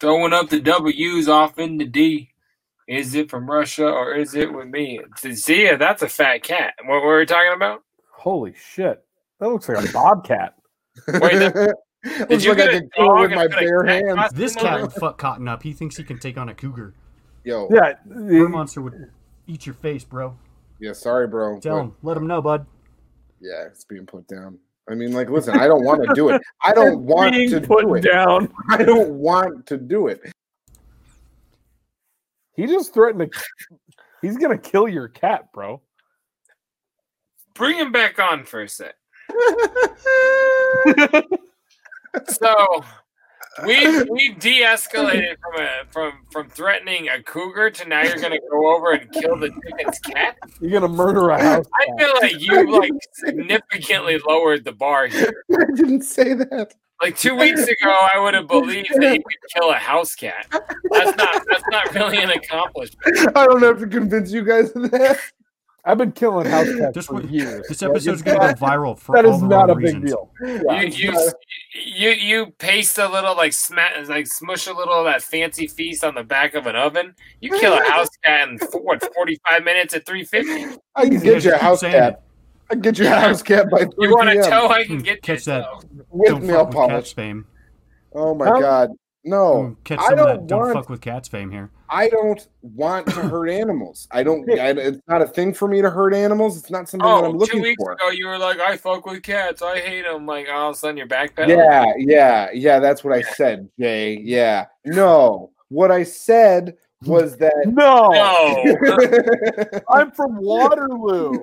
S4: Throwing up the W's off in the D. Is it from Russia or is it with me? See, yeah, that's a fat cat. What were we talking about?
S6: Holy shit! That looks
S8: (laughs)
S6: like a bobcat.
S4: Wait, (laughs) that-
S3: Did
S8: you like I get a could do it dog with and my put a bare cat hands. costume
S3: This
S8: on
S3: cat
S8: it?
S3: would
S8: (laughs)
S3: fuck Cotton up. He thinks he can take on a cougar.
S8: Yo.
S6: Yeah,
S8: Mm.
S3: Her monster would eat your face, bro.
S8: Yeah, sorry, bro.
S3: Tell
S8: but-
S3: him. Let him know, bud.
S8: Yeah, it's being put down. I mean, like, listen, I don't want to do it.
S6: (laughs)
S8: I don't want
S6: being
S8: to
S6: put
S8: do it.
S6: down.
S8: I don't want to do it.
S6: He just threatened to. (laughs) He's gonna kill your cat,
S8: (laughs)
S6: bro.
S4: Bring him back on for a sec. so we've we've de-escalated from a from from threatening a cougar to now you're gonna go over and kill the chicken's cat.
S6: You're gonna murder a house.
S4: I feel like
S8: (laughs)
S4: you like significantly lowered the bar here.
S8: I didn't (laughs) say that.
S4: Like two weeks ago, I would have believed that you could kill a house cat. That's not that's not really an accomplishment.
S8: I don't have to convince you guys of that.
S6: I've been killing house cats
S3: This
S6: for
S3: one-
S6: years.
S3: this
S6: Like, it's
S3: episode's gonna
S6: not-
S3: go viral for
S6: That
S3: all
S6: is
S3: the
S6: not
S3: wrong
S6: a big
S3: reasons.
S6: deal.
S4: You you you you paste a little like sma- like smush a little of that fancy feast on the back of an oven. You kill a
S8: (laughs)
S4: house cat in what forty five minutes at three fifty.
S8: I can get you a house cat. I can get you a house cat by 3
S4: You want to
S8: PM.
S4: toe? I can get
S3: Hmm, Catch that.
S8: With
S3: don't
S8: nail
S3: fuck with cats
S8: polish.
S3: fame.
S8: Oh my
S3: Huh?
S8: god. No.
S3: Catch
S8: I
S3: some of
S8: don't
S3: that. Don't
S8: want
S3: fuck with cats fame here.
S8: I don't want to hurt animals.
S4: (laughs)
S8: I don't I, it's not a thing for me to hurt animals. It's not something that I'm
S4: Oh, two
S8: looking
S4: weeks
S8: for.
S4: ago you were like, "I fuck with cats. I hate them." Like all of a sudden you're backpedaling.
S8: Yeah, yeah, yeah. That's what I said, Jay. Yeah. No. What I said was that
S4: (laughs)
S6: no.
S8: (laughs)
S4: No.
S6: I'm from Waterloo.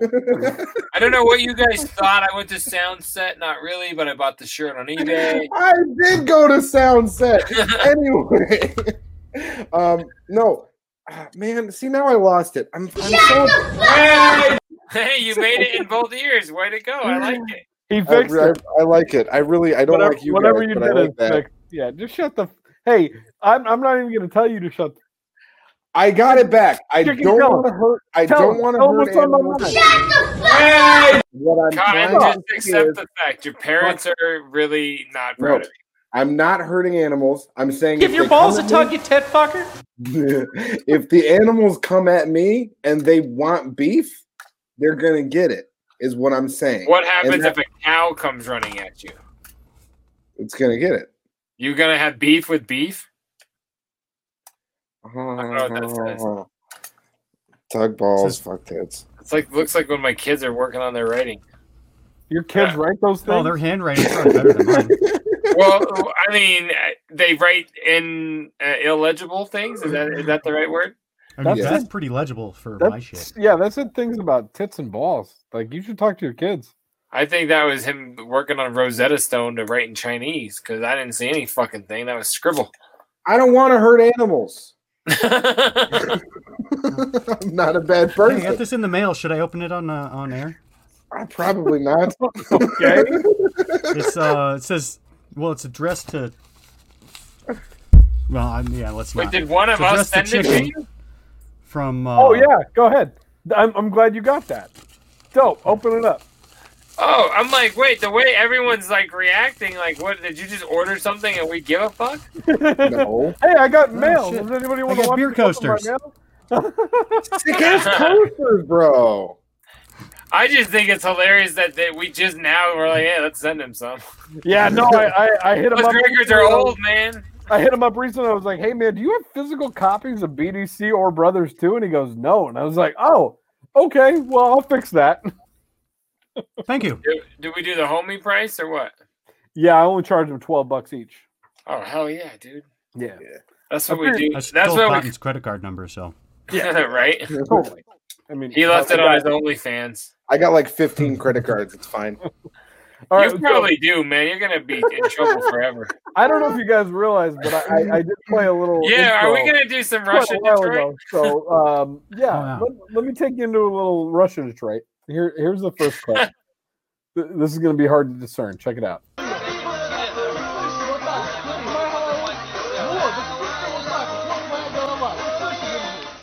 S4: I don't know what you guys thought. I went to Sound Set, not really, but I bought the shirt on
S8: (laughs)
S4: eBay.
S8: I did go to sound
S4: (laughs)
S8: set anyway. (laughs) um, no, Ah, man. See, now I lost it. I'm, I'm so.
S4: Hey, hey, (laughs) you made it in both ears. Way to go! I like
S8: (laughs)
S4: it.
S6: He
S8: I,
S6: fixed
S8: I,
S6: it.
S8: I like it. I really. I don't
S6: whatever,
S8: like you.
S6: whatever
S8: guys,
S6: you
S8: but
S6: did,
S8: I like
S6: is
S8: that.
S6: fixed. yeah. Just shut the. Hey, I'm, I'm not even gonna tell you to shut. The,
S8: I got it back. I
S6: Chicken,
S8: don't
S6: tell
S8: want to
S6: him.
S8: hurt. I
S6: Tell
S8: don't
S6: him.
S8: want to
S6: Tell him
S8: hurt
S6: what's on my
S8: animals.
S6: mind.
S8: What I'm
S4: Cotton, just
S8: trying to do
S4: accept
S8: is-
S4: the fact your parents are really not
S8: No,
S4: proud of
S8: I'm not hurting animals. I'm saying
S14: Give
S8: if
S14: your
S8: they come
S14: balls a
S8: at me-
S14: tug, you tit fucker.
S8: (laughs) if the animals come at me and they want beef, they're gonna get it. Is what I'm saying.
S4: you. What
S8: And
S4: happens
S8: that-
S4: if a cow comes running at you?
S8: it's gonna get it?
S4: You gonna have beef with beef?
S8: (laughs) Tug balls, fuck kids.
S4: It's like looks like when my kids are working on their writing.
S6: your kids write those things.
S3: Oh, their handwriting is probably better than
S8: (laughs)
S3: mine.
S4: Well, uh, I mean, they write in uh, illegible things. Is that is that the right word?
S3: I mean,
S6: That's
S3: that's,
S6: it.
S3: pretty legible for my
S6: That's,
S3: shit.
S6: yeah, that said things about tits and balls. Like you should talk to your
S14: (laughs)
S6: kids.
S4: I think that was him working on Rosetta Stone to write in Chinese because I didn't see any fucking thing. That was scribble.
S8: I don't want to hurt animals. I'm not a bad
S3: Hey, I
S8: person.
S3: got this in the mail. Should I open it on uh, on air?
S6: (laughs)
S8: Probably not.
S6: okay.
S3: It's uh, it says, well, it's addressed to. Well, I'm, yeah, let's
S4: Wait,
S3: not.
S4: did one of
S3: It's
S4: us
S3: addressed
S4: send it to
S3: Chicken From uh,
S6: oh yeah, go ahead. I'm, I'm glad you got that. Dope. Open it up.
S4: Oh, I'm like, wait, the way everyone's like reacting, like, what did you just order something and we give a fuck?
S8: No.
S6: Hey, I got
S4: Oh,
S6: mail.
S4: shit.
S6: Does anybody
S4: I
S6: want to
S4: got
S6: watch
S4: beer
S6: me open my
S4: coasters.
S6: mail?
S8: Sick
S4: (laughs)
S8: ass coasters, bro.
S4: I just think it's hilarious that, that we just now were like, yeah, let's send him some.
S6: Yeah, no, I I, I hit him
S4: Those
S6: up.
S4: records are old, man.
S6: I hit him up recently. I was like, "Hey, man, do you have physical copies of BDC or Brothers 2? And he goes, "No." And I was like, "Oh, okay. Well, I'll fix that." (laughs)
S3: Thank you.
S4: Do, do we do the homie price or what?
S6: Yeah, I only charged him twelve bucks each.
S4: Oh hell yeah, dude.
S6: Yeah.
S4: That's
S6: I
S4: what we
S6: figured-
S4: do.
S3: I
S4: That's
S3: stole
S4: what we
S3: Cotton's credit card number, so
S4: (laughs) Yeah, right.
S6: Totally. I mean,
S4: He left
S8: I
S4: it on his
S8: got-
S4: OnlyFans.
S8: I got like 15 credit cards. It's
S6: (laughs)
S8: fine.
S4: you probably do, man. You're gonna be in
S6: (laughs)
S4: trouble forever.
S6: I don't know if you guys realize, but I, I, I did play a little.
S4: Yeah, are we
S6: intro
S4: gonna do some
S6: quite a
S4: Russian
S6: while
S4: Detroit?
S6: ago. So, um, yeah, let, let me take you into a little Russian Detroit. Here, here's the
S4: (laughs)
S6: first clip. Th- this is going to be hard to discern. Check it out.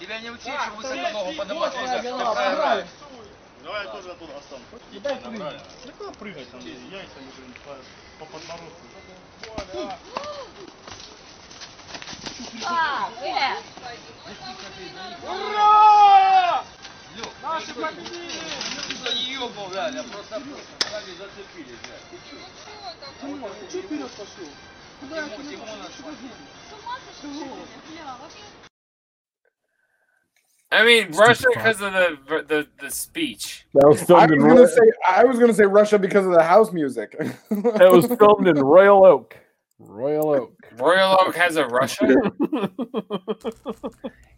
S15: Тебя не учить, что высоко ногу поднимать
S16: моя
S15: нельзя.
S16: голова,
S15: Такая
S16: правильно.
S15: разница.
S16: Давай я тоже оттуда останусь. Кидай прыгай. Да куда прыгать? Там яйца уже не по, по подморозку.
S15: Ура! Наши победили! За нее болтали, а просто сами зацепились, блядь. Ты чё? Ты вперед пошел? Куда я
S4: I mean, Russia because of the, the the speech.
S6: That was
S8: I
S6: filmed
S8: was
S6: in
S8: gonna
S6: Roy-
S8: say I was gonna say Russia because of the house music.
S6: That
S8: (laughs)
S6: was filmed in Royal Oak. Royal Oak.
S4: Royal Oak has a Russia.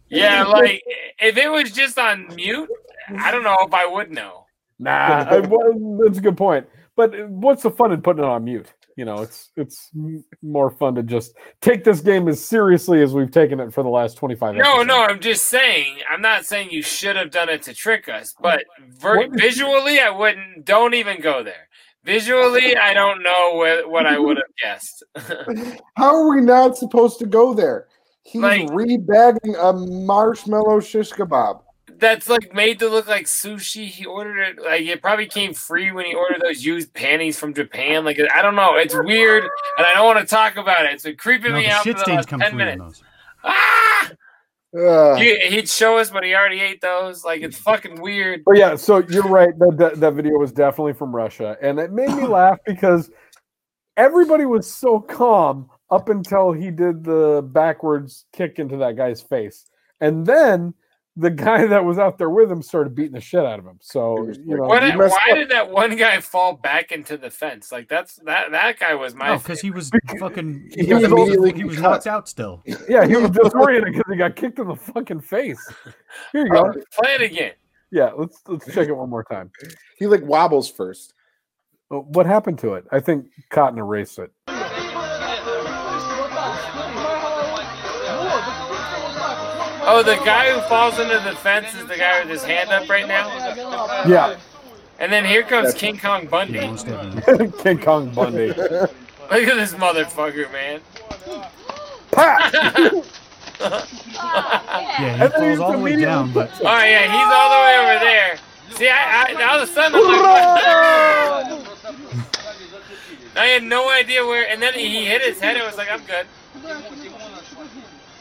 S4: yeah, like if it was just on mute, I don't know if I would know.
S6: Nah, I- well, that's a good point. But what's the fun in putting it on mute? You know, it's it's m- more fun to just take this game as seriously as we've taken it for the last twenty five.
S4: No, no, I'm just saying. I'm not saying you should have done it to trick us, but ver- visually, I wouldn't. Don't even go there. Visually, I don't know what, what I would have guessed.
S8: How are we not supposed to go there? He's
S4: Like-
S8: rebagging a marshmallow shish kebab.
S4: That's like made to look like sushi. He ordered it. Like it probably came free when he ordered those used panties from Japan. Like I don't know. It's weird, and I don't want to talk about it. It's been creeping
S3: No,
S4: me
S3: the
S4: out for
S3: shit
S4: the
S3: stains
S4: last
S3: come
S4: ten
S3: free in
S4: minutes. Ah! He, he'd show us, but he already ate those. Like it's fucking weird.
S6: But yeah, so you're right. That, that that video was definitely from Russia, and it made
S4: (laughs)
S6: me laugh because everybody was so calm up until he did the backwards kick into that guy's face, and then the guy (laughs) that was out there with him started beating the shit out of him. So you know,
S4: What,
S6: Oh, you
S4: why
S6: messed up.
S4: did that one guy fall back into the fence? Like that's that that guy was my.
S3: no, because he was fucking.
S6: He was immediately
S3: he was
S6: cut.
S3: knocked out still.
S6: Yeah,
S8: (laughs)
S6: he was disoriented because he got kicked in the fucking face. Here you go.
S4: Play it again.
S6: Yeah, let's let's check it one more time.
S8: He like wobbles first. (laughs)
S6: What happened to it? I think Cotton erased it.
S4: Oh, the guy who falls into the fence is the guy with his hand up right now.
S6: Yeah, (laughs)
S4: And then here comes King Kong Bundy.
S6: King Kong Bundy.
S4: Look at this motherfucker, man.
S3: Yeah, he falls all the way down, but
S4: Oh yeah, he's all the way over there. See, I, I all of a sudden I'm like, what? I had no idea where, and then he hit his head. It was like, I'm good.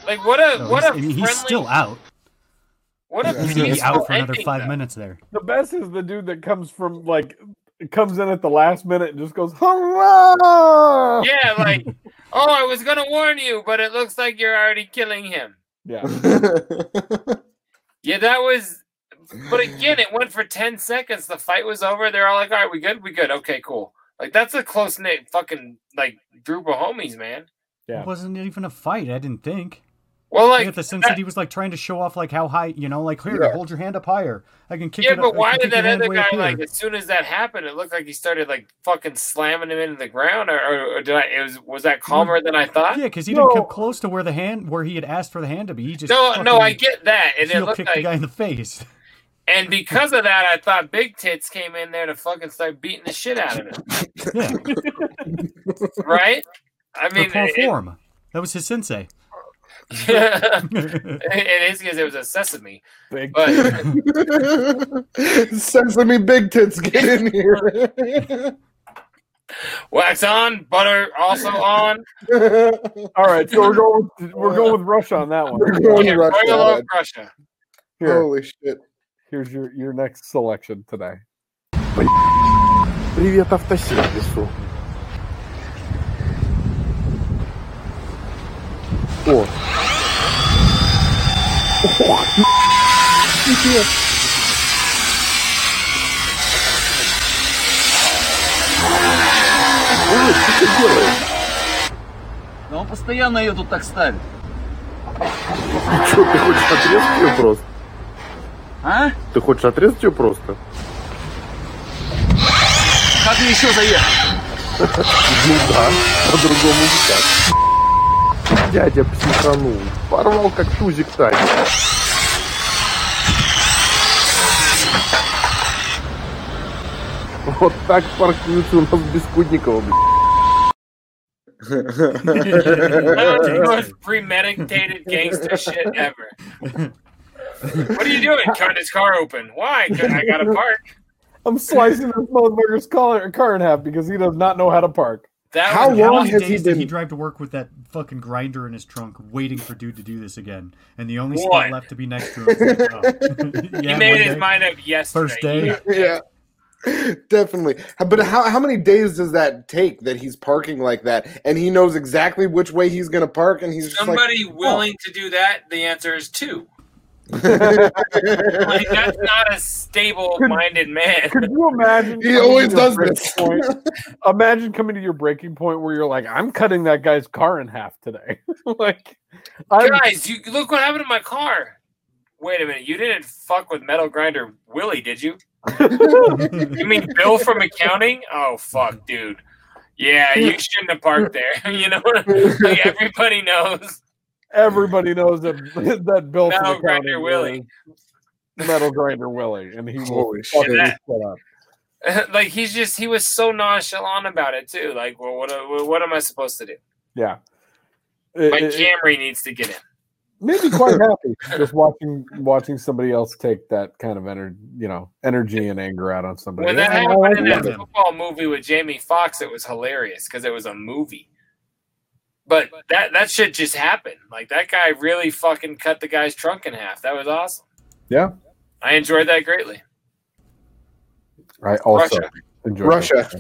S4: Like what a
S3: no,
S4: what
S3: he's,
S4: a
S3: I mean, he's
S4: friendly-
S3: still out.
S4: what a
S3: He's gonna be
S4: peaceful
S3: out for another
S4: ending,
S3: five
S4: though.
S3: minutes there.
S6: (laughs) The best is the dude that comes from like comes in at the last minute and just goes hurrah.
S4: Yeah,
S3: (laughs)
S4: like, oh, I was gonna warn you, but it looks like you're already killing him.
S6: Yeah.
S4: Yeah, that was. But again,
S3: (sighs)
S4: it went for ten seconds. The fight was over. They're all like, "All right, we good? We good? Okay, cool." Like that's a close knit fucking like group of homies, man.
S6: Yeah.
S3: It wasn't even a fight. I didn't think.
S4: Well, like
S3: at the sense that, he was like trying to show off, like how high, you know, like here,
S4: Yeah.
S3: hold your hand up higher. I can kick
S4: yeah,
S3: it. up- I
S4: but
S3: can
S4: why
S3: kick
S4: did
S3: your
S4: that
S3: hand
S4: other
S3: way up
S4: guy
S3: here."
S4: like? As soon as that happened, it looked like he started like fucking slamming him into the ground, or, or, or did I? It was was that calmer than I thought?
S3: Yeah, because he
S4: No.
S3: didn't come close to where the hand, where he had asked for the hand to be. He just
S4: No, no,
S3: fucking
S4: I get that, and it
S3: heel
S4: looked
S3: kicked the
S4: like,
S3: guy in
S4: (laughs)
S3: the face.
S4: and because of that, I thought Big Tits came in there to fucking start beating the shit out of
S3: (laughs)
S4: him. right? I
S3: For
S4: mean,
S3: Paul
S4: it-
S3: Form. That was
S4: (laughs)
S3: his sensei.
S4: it is because it was a sesame. But
S8: Sesame big tits, get in here.
S4: wax on, butter also
S3: (laughs)
S4: on.
S6: All right, so we're going with, we're going with Russia on that one.
S8: We're going
S4: Yeah, Russia, Royal Oak
S3: (laughs)
S4: Russia.
S8: Holy shit!
S6: Here's your your next selection today.
S17: Привет автосервису.
S8: О.
S15: Ой, что ты делаешь? Да он постоянно ее тут так ставит.
S12: Что, ты хочешь отрезать ее просто?
S15: А?
S12: Ты хочешь отрезать ее просто?
S15: Как мне еще заехать?
S12: Ну да, по-другому никак. Дядя психанул, порвал как тузик Таня. Вот так паркуется у нас Бескудникова,
S4: That was the
S12: блядь.
S4: most premeditated gangster shit ever. What are you doing? Cutting his car open. Why? 'Cause I gotta park.
S6: I'm slicing this motherfucker's collar, car in half because he does not know how to park.
S4: That
S6: How
S3: many
S6: long has
S3: days
S6: he
S3: did he
S6: been-
S3: drive to work with that fucking grinder in his trunk, waiting for dude to do this again? And the only
S4: One.
S3: spot left to be next to him. was, oh.
S4: he
S3: Yeah,
S4: made
S3: one
S4: his
S3: day.
S4: mind up yesterday.
S3: First day.
S4: Yeah.
S8: yeah. Definitely. But how, how many days does that take that he's parking like that and he knows exactly which way he's going to park and he's just like,
S3: (laughs)
S8: "Oh,
S4: Somebody
S8: (laughs)
S4: willing to do that? The answer is two.
S8: Could
S4: Like, that's not a stable-minded man.
S6: you imagine?
S4: He
S6: coming to
S4: always
S6: your
S4: does
S6: breaking
S4: this.
S6: point?
S4: (laughs)
S6: imagine coming to your breaking point where you're like, I'm cutting that guy's car in half today. (laughs) like, I'm-
S4: Guys, you look what happened to my car. Wait a minute, you didn't fuck with metal grinder Willie, did you? you mean Bill from accounting? Oh fuck, dude. Yeah, you shouldn't have parked there. (laughs) You know, like, everybody knows.
S6: (laughs)
S4: (laughs)
S6: everybody knows that (laughs) that Bill
S4: Metal
S6: from
S4: Grinder
S6: accounting
S4: Willie.
S6: is Metal Grinder Willie, and he will
S4: Holy
S6: fucking
S4: shit.
S6: shut up.
S4: like he's just he was so nonchalant about it too. Like, well, what what am I supposed to do?
S6: Yeah, It-
S4: My
S6: it-
S4: Camry needs to get in.
S6: made
S4: (laughs)
S6: me quite happy just watching watching somebody else take that kind of energy, you know, energy and anger out on somebody.
S4: When that
S6: Yeah, I
S4: happened in
S6: like
S4: that
S6: it.
S4: football movie with Jamie Foxx, it was hilarious because it was a movie. But that that shit just happened. Like that guy really fucking cut the guy's trunk in half. That was awesome.
S6: Yeah,
S4: I enjoyed that greatly.
S6: I also
S4: Russia.
S6: enjoy
S4: Russia.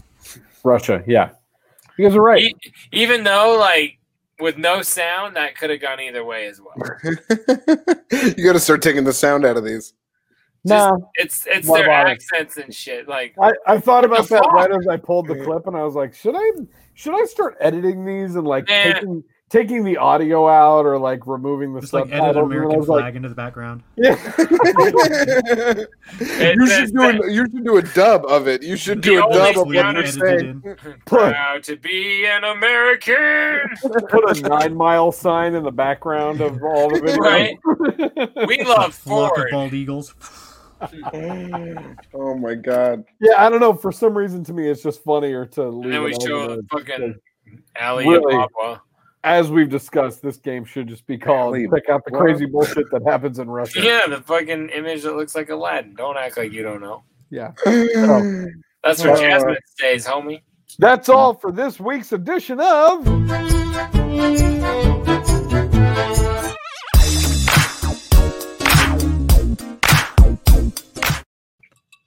S6: Russia, yeah, you guys are right.
S4: Even though like with no sound, that could have gone either way as well.
S8: (laughs) you got to start taking the sound out of these.
S6: No,
S4: It's it's
S6: What
S4: their
S6: about it?
S4: accents and shit. Like
S6: I, I thought about
S4: The
S6: that
S4: fuck?
S6: right as I pulled the clip, and I was like, should I should I start editing these and like
S4: Nah.
S6: taking taking the audio out or like removing the
S3: Just like edit
S6: subtitles? And I
S3: American
S6: was like,
S3: flag into the background.
S8: you should do a, you should do a dub of it. You should do
S4: The
S8: a dub of
S4: only
S8: what you're saying.
S4: proud to be an American.
S6: put a nine mile sign in the background of all the videos.
S4: Right? We love
S3: Flock
S4: Ford.
S3: of bald eagles.
S8: Oh my god!
S6: (laughs) Yeah, I don't know. For some reason, to me, it's just funnier to leave.
S4: And then
S6: it
S4: we
S6: as
S4: show
S6: it
S4: the
S6: is.
S4: fucking alley
S6: Really?
S4: of Papa.
S6: As we've discussed, this game should just be called "Pick Out the
S4: Wow.
S6: Crazy Bullshit That Happens
S4: (laughs)
S6: in Russia."
S4: Yeah, the fucking image that looks like Aladdin. Don't act like you don't know.
S6: Yeah.
S8: So,
S4: That's what
S6: Uh,
S4: Jasmine says, homie.
S6: that's all for this week's edition of.
S8: (sighs)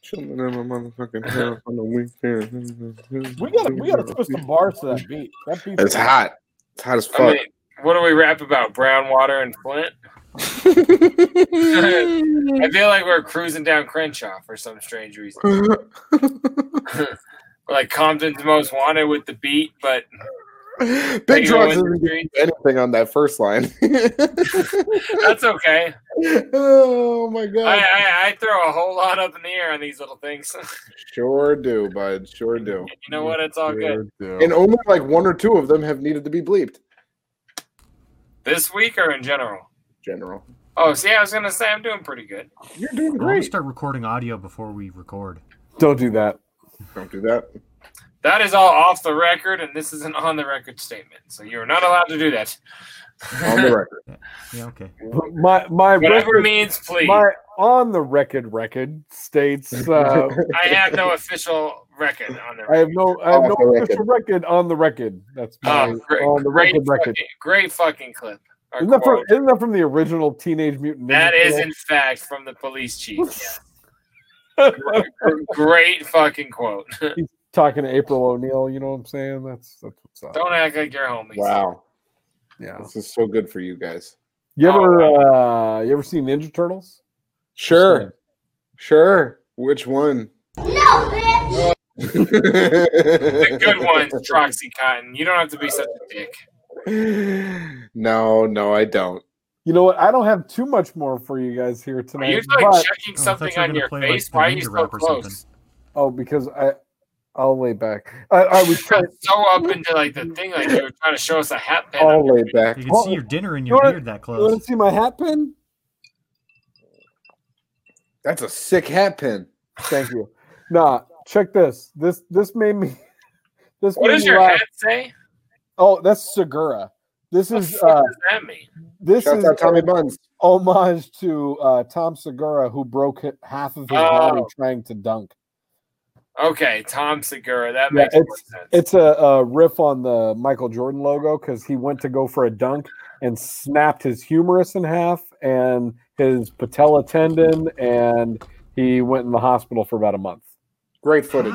S8: Chilling in my
S6: (laughs)
S8: motherfucking house on the weekend.
S6: We gotta we
S8: (laughs)
S6: gotta twist some bars to that beat. That beat.
S8: It's hot. It's hot as
S4: I
S8: fuck.
S4: mean, what do we rap about? Brown water and Flint?
S8: (laughs)
S4: I feel like we're cruising down Crenshaw for some strange reason. We're like Compton's most wanted with the beat, but
S8: Big
S4: You know,
S8: drugs
S4: in-
S8: isn't doing anything on that
S4: (laughs)
S8: first line. (laughs)
S4: That's okay.
S8: oh my god!
S4: I, I, I throw a whole lot up in the air on these little things. (laughs)
S8: sure do, bud. Sure do.
S4: you know what? It's all good.
S8: And only like one or two of them have needed to be bleeped.
S4: This week or in general?
S8: General.
S4: Oh, see, I was gonna say I'm doing pretty good.
S8: You're doing
S3: great. start recording audio before we record.
S6: Don't do that.
S8: Don't do that.
S4: That is all off the record, and this is an on the record statement. So you're not allowed to do that.
S8: (laughs) On the record.
S3: Yeah, okay.
S6: My my
S4: Whatever
S6: record-
S4: means, please.
S6: My on the record record states uh,
S4: I have no official record on the
S6: I have no I have
S4: Off the
S6: no
S4: record.
S6: official record on the record. That's my
S4: Oh, great,
S6: on the
S4: great,
S6: record record.
S4: fucking, great fucking clip. Or
S6: Isn't that, from,
S4: quote.
S6: isn't that from the original Teenage Mutant?
S4: That
S6: Ninja
S4: is,
S6: Turtles?
S4: in fact, from the police chief. yeah. Great- great fucking quote.
S6: He's talking to April O'Neil. You know what I'm saying? That's that's what's up.
S4: Don't act like you're homies.
S8: Wow.
S6: Yeah. This
S8: is so good for you guys.
S6: You ever
S4: Oh.
S6: uh, you ever seen Ninja Turtles?
S8: Sure. Sure. Which one?
S4: the good
S8: (laughs)
S4: one's Troxycontin. You don't have to be such a dick.
S8: No, no, I don't.
S6: You know what? I don't have too much more for you guys here
S4: Are
S3: Oh,
S6: tonight.
S4: you like
S6: but-
S4: checking something on your face? Why are you so close?
S6: Oh, because I I'll lay back. I, I
S3: (laughs)
S6: was trying.
S4: So up into like the thing, like you were trying to show us a hat pin.
S6: I'll lay back.
S3: You can see your dinner in your beard that
S6: You
S3: close.
S6: want to see my hat pin?
S8: That's a sick hat pin.
S6: Thank you. Nah, check this. This this made me. (laughs) This
S4: What
S6: made
S4: does
S6: me
S4: your
S6: laugh.
S4: hat say?
S6: Oh, that's Segura. This is
S4: What
S6: uh,
S4: does that mean?
S6: this
S8: Shouts
S6: is
S8: out Tommy
S6: a
S8: Buns.
S6: homage to uh, Tom Segura, who broke h- half of his body
S4: Oh.
S6: trying to dunk.
S4: Okay, Tom Segura. That
S6: Yeah,
S4: makes more
S6: it's
S4: sense.
S6: it's a, a riff on the Michael Jordan logo because he went to go for a dunk and snapped his humerus in half and his patella tendon, and he went in the hospital for about a month.
S8: Great footage.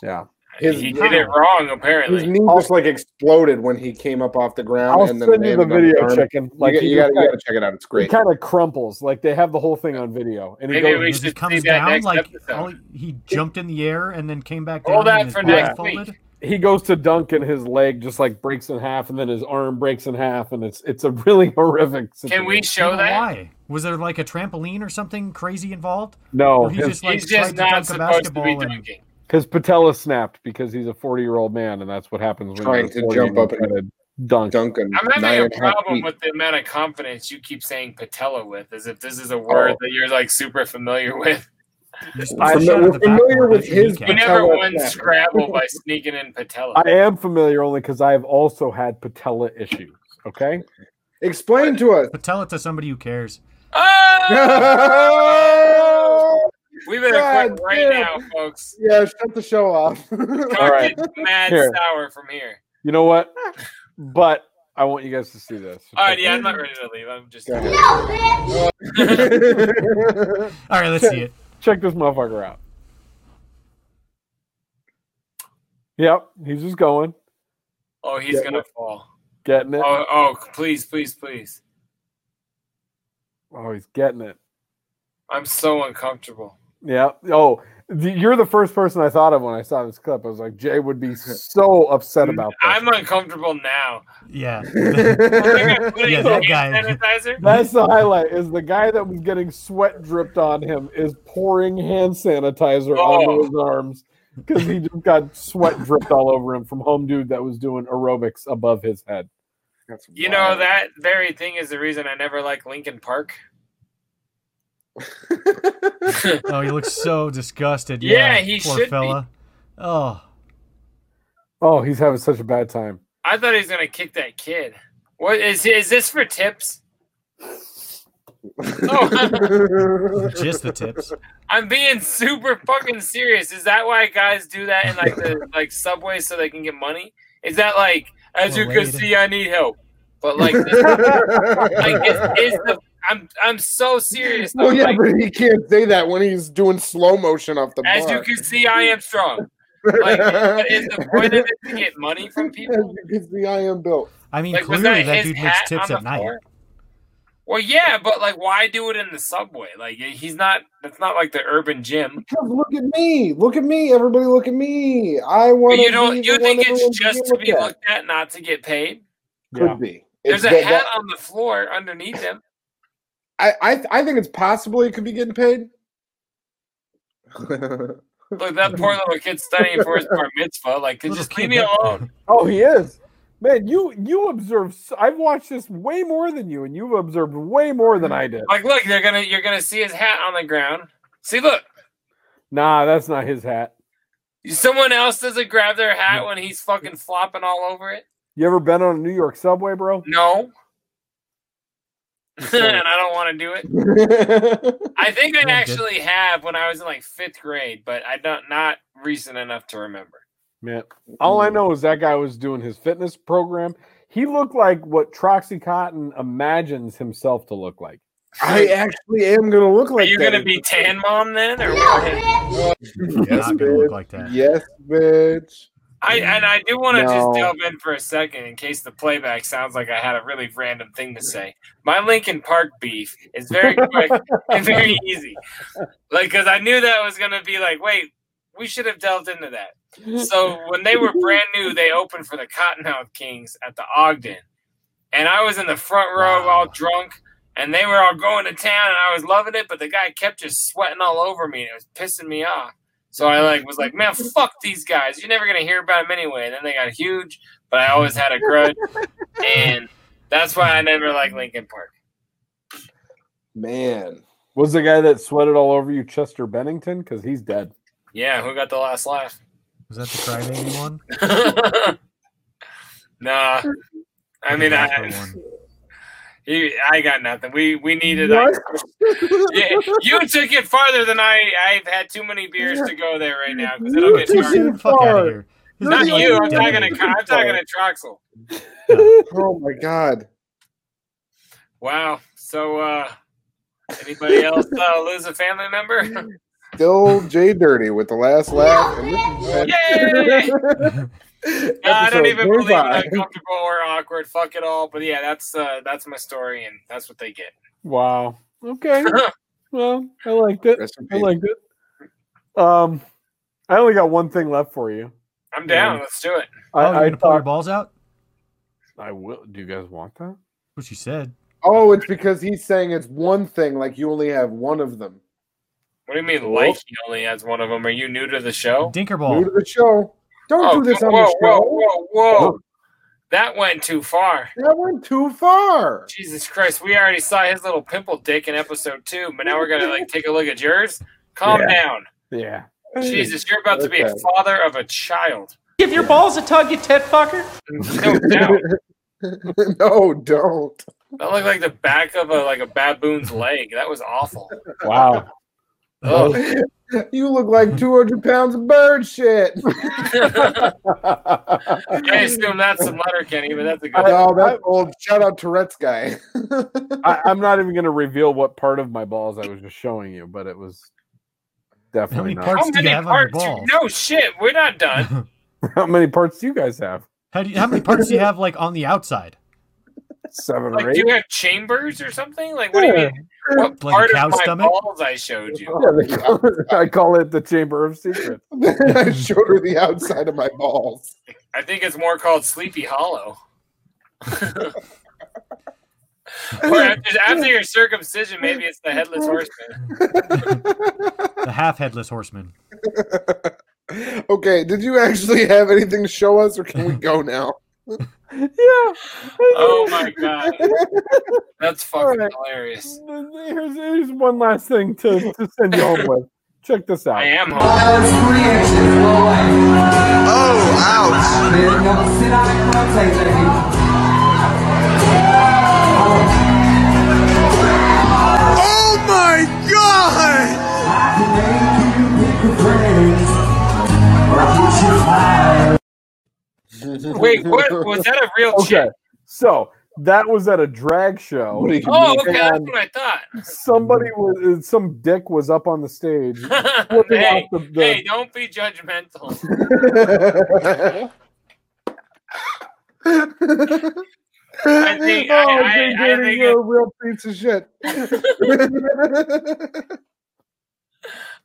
S6: Yeah.
S8: His-
S4: he did it wrong, apparently.
S8: His knee just like exploded when he came up off the ground.
S6: I'll
S8: and then
S6: send
S8: they
S6: you the
S8: ended up
S6: video
S8: darn-
S6: chicken.
S8: You
S6: Like
S8: got-
S6: he
S8: you
S6: just
S8: gotta, you
S6: kinda-
S8: gotta check it out. It's
S6: He
S8: great.
S6: kind of crumples. Like they have the whole thing on video, and he
S4: Maybe
S6: goes,
S4: we
S3: He
S4: should see
S3: comes
S4: that
S3: down
S4: next
S3: like
S4: episode.
S3: all, he jumped in the air and then came back down.
S4: Hold that
S3: and his
S4: for
S3: body
S4: next
S3: folded.
S6: he goes to dunk, and his leg just like breaks in half, and then his arm breaks in half, and it's it's a really (laughs) horrific. Situation.
S4: Can we show that?
S3: Why was there like a trampoline or something crazy involved?
S6: No,
S3: Or he just like
S4: He's just
S3: tried
S4: not
S3: to dunk a
S4: supposed to be
S3: basketball and
S4: dunking.
S6: His patella snapped because he's a 40 year old man, and that's what happens when
S8: Trying
S6: you're
S8: to
S6: 40
S8: jump up
S6: and you try to dunk.
S8: dunk and
S4: I'm having a problem with the amount of confidence you keep saying patella with, as if this is a word
S8: Oh.
S4: that you're like super familiar with.
S6: I'm
S8: fami- we're familiar with his.
S4: You never
S8: patella
S4: won
S8: snap.
S4: Scrabble by sneaking in patella.
S6: I am familiar only because I have also had patella issues.
S8: (laughs)
S6: Okay,
S8: explain
S4: (laughs)
S8: to us.
S3: Tell it to somebody who cares.
S4: Ah! We better
S8: God
S4: quit right
S8: damn.
S4: now, folks.
S8: yeah, shut the show off. (laughs)
S4: All
S6: right.
S4: Mad
S6: Here.
S4: sour from here.
S6: You know what? But I want you guys to see this.
S4: All right, yeah, I'm not ready to leave. I'm just.
S6: Go ahead.
S3: All right, let's see it.
S6: Check this motherfucker out. Yep, he's just going,
S4: Oh, he's
S6: Yeah.
S4: gonna fall.
S6: getting it.
S4: Oh, oh, please, please, please.
S6: Oh, he's getting it.
S4: I'm so uncomfortable.
S6: Yeah. Oh, the, you're the first person I thought of when I saw this clip. I was like, Jay would (laughs) be so upset about that.
S4: I'm uncomfortable now.
S3: Yeah.
S4: Yeah,
S6: that
S4: Hand sanitizer?
S6: (laughs) That's the highlight. Is the guy that was getting sweat dripped on him is pouring hand sanitizer
S4: Oh.
S6: onto his arms because he just got sweat dripped all over him from home dude that was doing aerobics above his head.
S4: You know that very thing is the reason I never like Lincoln Park.
S3: Oh, he
S4: (laughs)
S3: looks so disgusted.
S4: Yeah,
S3: Yeah,
S4: he
S3: poor
S4: should be.
S3: fella. Oh,
S6: Oh, he's having such a bad time.
S4: I thought he was gonna kick that kid. What is is this for tips? (laughs) Oh.
S3: (laughs) just the tips.
S4: I'm being super fucking serious. Is that why guys do that in like
S3: (laughs)
S4: the like subway so they can get money? Is that like as you can
S3: Related.
S4: see, I need help, but
S3: (laughs)
S4: like, this, like is, is the I'm I'm so serious. though.
S8: Well, yeah,
S4: Like,
S8: but he can't say that when he's doing slow motion off the
S4: as
S8: bar.
S4: you can see, I am strong. Like, but
S8: (laughs)
S4: is the point of it to get money from people?
S8: As you can see, I am built.
S3: I mean,
S4: Like, was
S3: clearly
S4: that
S3: that
S4: his
S3: dude makes
S4: hat
S3: tips
S4: on
S3: at
S4: the
S3: night.
S4: floor? Well, yeah, but like, why do it in the subway? Like, he's not. That's not like the urban gym.
S8: Because look at me. Look at me. Everybody look at me. I want
S4: But
S8: to
S4: you don't. You think it's just to be looked at, not to get paid?
S8: Could be.
S4: There's
S8: It's
S4: a
S8: that-
S4: hat
S8: that-
S4: on the floor underneath him.
S8: I, I I think it's possible he could be getting paid.
S4: Look,
S8: (laughs)
S4: that poor little kid studying for his bar mitzvah. Like, just leave me alone.
S6: Oh, he is. Man, you you observe. s- I've watched this way more than you, and you've observed way more than I did.
S4: Like, look, they're gonna. You're gonna see his hat on the ground. See, look.
S6: Nah, that's not his hat.
S4: Someone else doesn't grab their hat when he's fucking flopping all over it.
S6: You ever been on a New York
S4: (laughs)
S6: subway, bro?
S4: No. and I don't want to do it. I think I actually have when I was in like fifth grade, but I don't not recent enough to remember.
S6: Man, all I know is that guy was doing his fitness program. He looked like what Troxy Cotton imagines himself to look like.
S8: I actually am gonna look like
S4: Are you
S8: that.
S4: gonna be tan mom then? Or what?
S8: (laughs) yes,
S4: Not
S8: bitch. Yes, bitch.
S4: I and I do want to
S8: No.
S4: just delve in for a second in case the playback sounds like I had a really random thing to say. My Lincoln Park beef is very quick and very easy. Like, because I knew that was going to be like, wait, we should have delved into that. So when they were brand new, they opened for the Cottonmouth Kings at the Ogden, and I was in the front row, all drunk, and they were all going to town, and I was loving it. But the guy kept just sweating all over me, and it was pissing me off. So I like was like, man, fuck these guys. You're never gonna hear about them anyway. And then they got huge, but I always had a grudge, and that's why I never liked Lincoln Park.
S8: Man,
S6: was the guy that sweated all over you Chester Bennington? Because he's dead.
S4: Yeah, who got the last laugh?
S3: Was that the crybaby one?
S4: (laughs) Nah, I mean, I he, I got nothing. We we needed.
S8: What?
S4: yeah, you took it farther than I. I've had too many beers to go there right now because it'll
S6: (laughs)
S4: get dark.
S3: fuck out of here.
S8: You're
S4: Not
S8: the
S4: you.
S8: only
S4: I'm
S8: guy
S4: talking
S8: who
S4: to. I'm
S8: took
S4: talking
S8: it
S4: to Troxel.
S8: Oh my god.
S4: Wow. So, uh, anybody else uh, lose a family member?
S8: Still Jay Dirty with the last laugh. And this
S4: (laughs) Yay!
S8: is-
S4: Yeah, I don't
S8: episode
S4: even believe it
S8: 25.
S4: uncomfortable or awkward. Fuck it all. But yeah, that's uh, that's my story, and that's what they get.
S6: (laughs) Wow. Okay. well, I liked it. I liked it. Um, I only got one thing left for you.
S4: I'm down.
S6: Yeah.
S4: Let's do it.
S3: Oh, you're
S6: I, I
S3: gonna pull your
S6: thought
S3: balls out?
S6: I will. Do you guys want that?
S3: What she said.
S8: Oh, it's because he's saying it's one thing, like you only have one of them.
S4: What do you mean? Like he only has one of them. Are you new to the show?
S8: New to the show. Don't
S4: Oh,
S8: do this
S4: whoa,
S8: on
S4: whoa,
S8: the show. Oh.
S4: whoa, whoa, whoa! That went too far.
S8: That went too far. (laughs)
S4: Jesus Christ! We already saw his little pimple dick in episode two, but now we're gonna like take a look at yours. Calm
S6: Yeah.
S4: down.
S6: Yeah.
S4: Jesus, you're about to be a
S6: Okay.
S4: father of a child.
S10: Give your balls a tug, you tit fucker.
S8: no, don't.
S4: That looked like the back of a like a baboon's leg. That was awful.
S6: (laughs)
S4: Oh,
S6: Wow.
S8: you look
S4: (laughs)
S8: like 200 pounds of bird shit.
S4: I assume that's some letter Kenny, but that's a good
S8: no, Oh,
S4: (laughs)
S8: that old shout out Tourette's guy. (laughs)
S6: I, I'm not even going to reveal what part of my balls I was just showing you, but it was definitely not.
S4: How many parts? do- No shit, we're not done.
S6: (laughs) How many parts do you guys have?
S3: How, do you, how many parts do you have like on the outside?
S6: Seven
S4: like,
S6: or
S4: do
S6: eight?
S4: you have chambers or something? Like, what do you mean? What
S3: Like a
S4: part
S3: cow's
S4: of my
S3: stomach?
S4: balls I showed you?
S6: Yeah, they call it- (laughs) I call it the Chamber of Secrets.
S8: I showed her the outside of my balls.
S4: I think it's more called Sleepy Hollow. (laughs) or after, after your circumcision, maybe it's the headless horseman.
S3: The half headless horseman.
S8: Okay, did you actually have anything to show us,
S4: (laughs)
S8: or can we go now?
S6: (laughs) yeah.
S4: Oh my god, that's fucking hilarious.
S6: Here's, here's one last thing to, to send you home with. Check this out. I
S4: am home.
S17: Oh, Oh my God!
S4: Wait, what was that? A real
S6: okay. So that was at a drag show.
S4: Oh, okay, that's
S6: and
S4: what I thought.
S6: Somebody
S8: Mm-hmm.
S6: was uh, some dick was up on the stage. flipping
S4: (laughs) hey,
S6: off the- the-
S4: hey, don't be judgmental.
S6: (laughs)
S4: I think-
S8: oh,
S4: I- I-
S8: Jim
S4: I
S8: Dandy,
S4: think
S8: you're
S4: it-
S8: a real piece of shit.
S4: (laughs)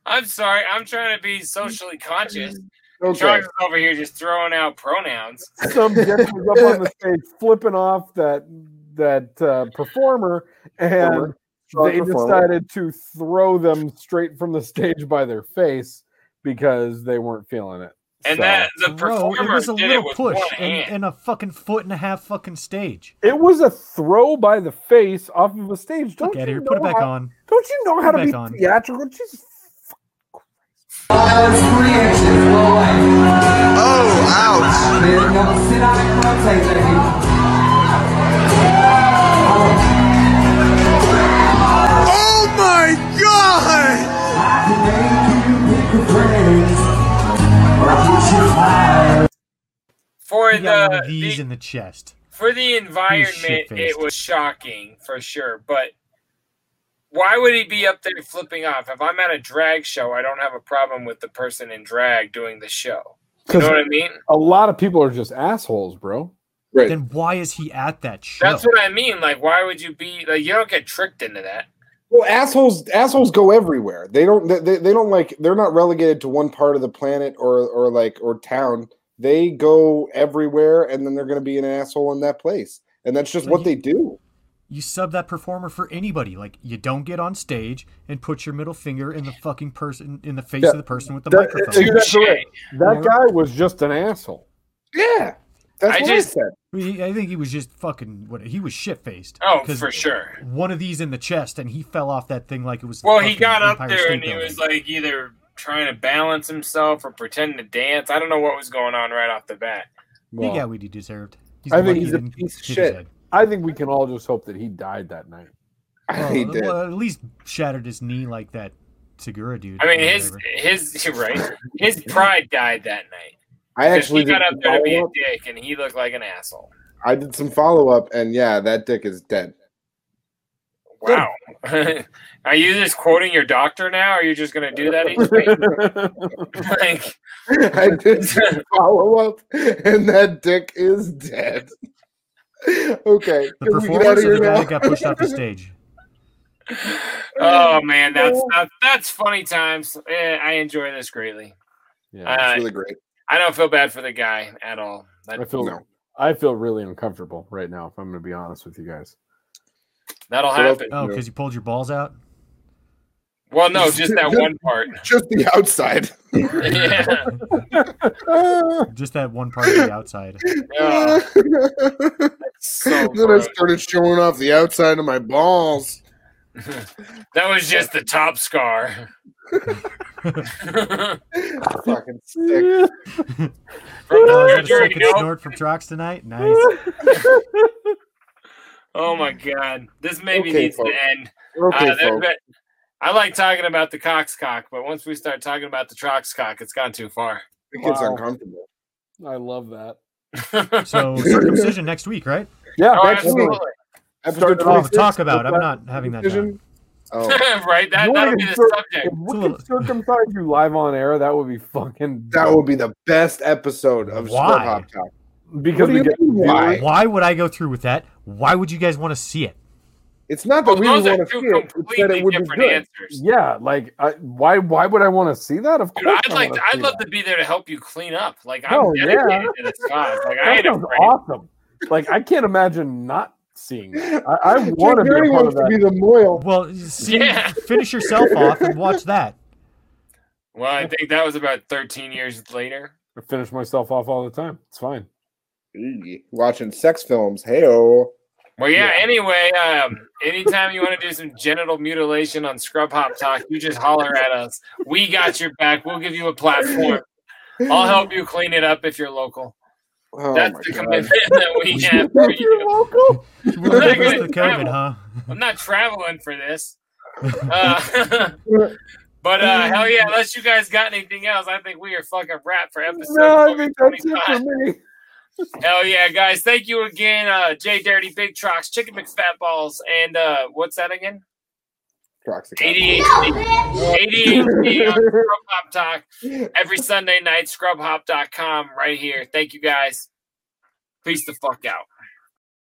S4: I'm sorry. I'm trying to be socially conscious.
S6: (laughs) Okay.
S4: Charles is over here just throwing out pronouns.
S6: Some dick was up on the stage flipping off that that uh, performer, and
S8: Performer. Strong
S6: they
S8: performer.
S6: decided to throw them straight from the stage by their face because they weren't feeling it.
S4: And
S6: So-
S4: that the
S3: Bro,
S4: performer
S3: it was a
S4: did
S3: little
S4: it with
S3: push
S4: one
S3: and,
S4: hand.
S3: and a fucking foot and a half fucking stage.
S6: It was a throw by the face off of a stage. Don't you
S3: outta here.
S6: Know
S3: Put it back
S6: how-
S3: on.
S6: Don't you know
S3: Put
S6: how
S3: it
S6: to be
S3: back on.
S6: theatrical? Jesus
S17: Oh my god!
S4: For
S3: He got one
S4: the
S3: of these in the chest.
S4: for the environment, it
S3: shit-faced.
S4: was shocking for sure. But why would he be up there flipping off? If I'm at a drag show, I don't have a problem with the person in drag doing the show. You know what I mean?
S6: A lot of people are just assholes, bro.
S8: Right.
S3: Then why is he at that show?
S4: That's what I mean. Like, why would you be like? You don't get tricked into that.
S8: Well, assholes, assholes go everywhere. They don't, they, they, they don't like. They're not relegated to one part of the planet or, or like, or town. They go everywhere, and then they're going to be an asshole in that place, and that's just what they do.
S3: you sub that performer for anybody. Like you don't get on stage and put your middle finger in the fucking person in the face
S6: Yeah.
S3: of the person with the
S6: That-
S3: microphone.
S6: exactly right. That
S3: Yeah.
S6: guy was just an asshole.
S8: Yeah, that's
S3: I
S8: what
S3: just-
S8: I said.
S3: He- I think he was just fucking. What he was shit faced.
S4: Oh, for sure.
S3: One of these in the chest, and he fell off that thing like it was. the
S4: Well, he
S3: fucking
S4: got up
S3: Empire
S4: there
S3: State
S4: and he
S3: Building.
S4: was like either trying to balance himself or pretend to dance. I don't know what was going on right off the bat.
S3: he got what he deserved. He's
S6: I think
S3: lucky
S6: he's
S3: he
S6: a
S3: didn't
S6: piece of
S3: hit his
S6: shit.
S3: head.
S6: I think we can all just hope that he died that night.
S3: Well, well, at least shattered his knee like that Segura dude.
S4: I mean,
S3: or
S4: his
S3: whatever.
S4: his (laughs) you're right, his pride died that night.
S8: I
S4: 'Cause
S8: actually
S4: he got
S8: did
S4: up there to be a
S8: follow-up.
S4: dick, and he looked like an asshole.
S8: I did some follow up, and yeah, that dick is dead. (laughs)
S4: Wow. (laughs) are you just quoting your doctor now? Or are you just going to do that each
S6: (laughs)
S4: week? like, (laughs)
S8: I did some follow up, and that dick is dead. Okay,
S3: the
S8: can we get
S3: performance
S8: out
S3: of
S8: of here
S3: the guy
S8: now?
S3: that got pushed off the stage.
S4: oh man, that's that's, that's funny times. Eh, I enjoy this greatly.
S6: Yeah,
S4: Uh,
S8: it's really great.
S4: I don't feel bad for the guy at all. That,
S6: I feel I feel really uncomfortable right now. If I'm going to be honest with you guys,
S4: that'll
S6: So that's-
S4: happen.
S3: Oh, because you pulled your balls out.
S4: Well, no, just that one part. (laughs)
S8: Just the
S3: (laughs)
S8: outside.
S4: yeah.
S3: Just that one part of the outside.
S4: Oh,
S3: Oh.
S8: (laughs) then I started showing off the outside of my balls.
S4: That was just the top scar. (laughs)
S8: Fucking
S3: (laughs)
S8: sick.
S3: Oh, is
S4: From
S3: that a
S4: surgery,
S3: second
S4: nope.
S3: snort from Trox tonight? Nice.
S4: Oh my god, this maybe
S3: Okay,
S4: needs
S3: folks.
S4: to end.
S3: Okay,
S4: there's
S3: folks.
S4: been- I like talking about the Cox cock, but once we start talking about the Trox cock, it's gone too far.
S8: It gets Wow. uncomfortable.
S6: I love that.
S4: (laughs)
S3: So circumcision next week, right?
S6: Yeah,
S4: Oh,
S6: next
S4: absolutely.
S6: week.
S3: Well,
S6: Episode
S3: to
S6: 26,
S3: talk about. I'm
S6: circumcised
S3: not having that
S6: circumcision.
S3: done.
S8: Oh.
S4: (laughs) right? That,
S6: You wanna
S4: that'll be
S6: get
S4: the
S6: cir-
S4: subject.
S6: If we could circumcise you live on air, that would be fucking.
S8: (laughs) That would be the best episode of
S3: Why?
S8: Scrub Hop Talk.
S6: Because
S8: What do
S6: we
S8: you
S6: get
S8: mean,
S3: Why?
S8: why?
S3: Why would I go through with that? Why would you guys want to see it?
S8: It's not that we
S4: those
S8: want
S4: are
S8: to
S4: two
S8: see it. It's that
S4: completely
S8: it would be
S4: different
S8: good.
S4: answers.
S6: Yeah, like I, why? Why would I want to see that? Of
S4: Dude,
S6: course,
S4: I'd like,
S6: wanna
S4: to,
S6: see
S4: I'd love
S6: that.
S4: to be there to help you clean up. Like I'm
S6: Hell
S4: dedicated
S6: yeah.
S4: to this cause. Like I
S6: That
S4: ain't
S6: sounds
S4: afraid.
S6: awesome. Like I can't imagine not seeing that. I, I
S8: (laughs)
S6: want to be
S8: Gary
S6: a part of
S8: wants to
S6: that.
S8: be the Moyle.
S4: (laughs)
S3: Well, see,
S4: Yeah.
S3: finish yourself off and watch that.
S4: Well, I think that was about 13 years later.
S6: I finish myself off all the time. It's fine.
S8: Ooh, Watching sex films. Heyo.
S4: Well, yeah. Anyway, um, anytime you want to do some genital mutilation on Scrub Hop Talk, you just holler at us. We got your back. We'll give you a platform. I'll help you clean it up if you're local.
S8: Oh
S4: That's
S8: my
S4: the
S8: God.
S4: commitment that
S3: (laughs)
S4: we have for you.
S6: local?
S4: I'm not,
S3: Because
S4: gonna
S3: of the COVID,
S4: travel.
S3: huh?
S4: I'm not traveling for
S3: (laughs)
S4: this. Uh, (laughs) but uh, hell yeah, unless you guys got anything else, I think we are fucking wrapped for episode.
S6: No, I think that's it
S4: 25.
S6: for me.
S4: Hell yeah, guys. Thank you again, uh, Jay Dirty, Big Trox, Chicken McFatballs, and uh, what's that again? E
S8: Toxic.
S4: ADHD. ADHD E on Scrub Hop Talk every Sunday night, scrubhop.com right here. Thank you guys. Peace the fuck out.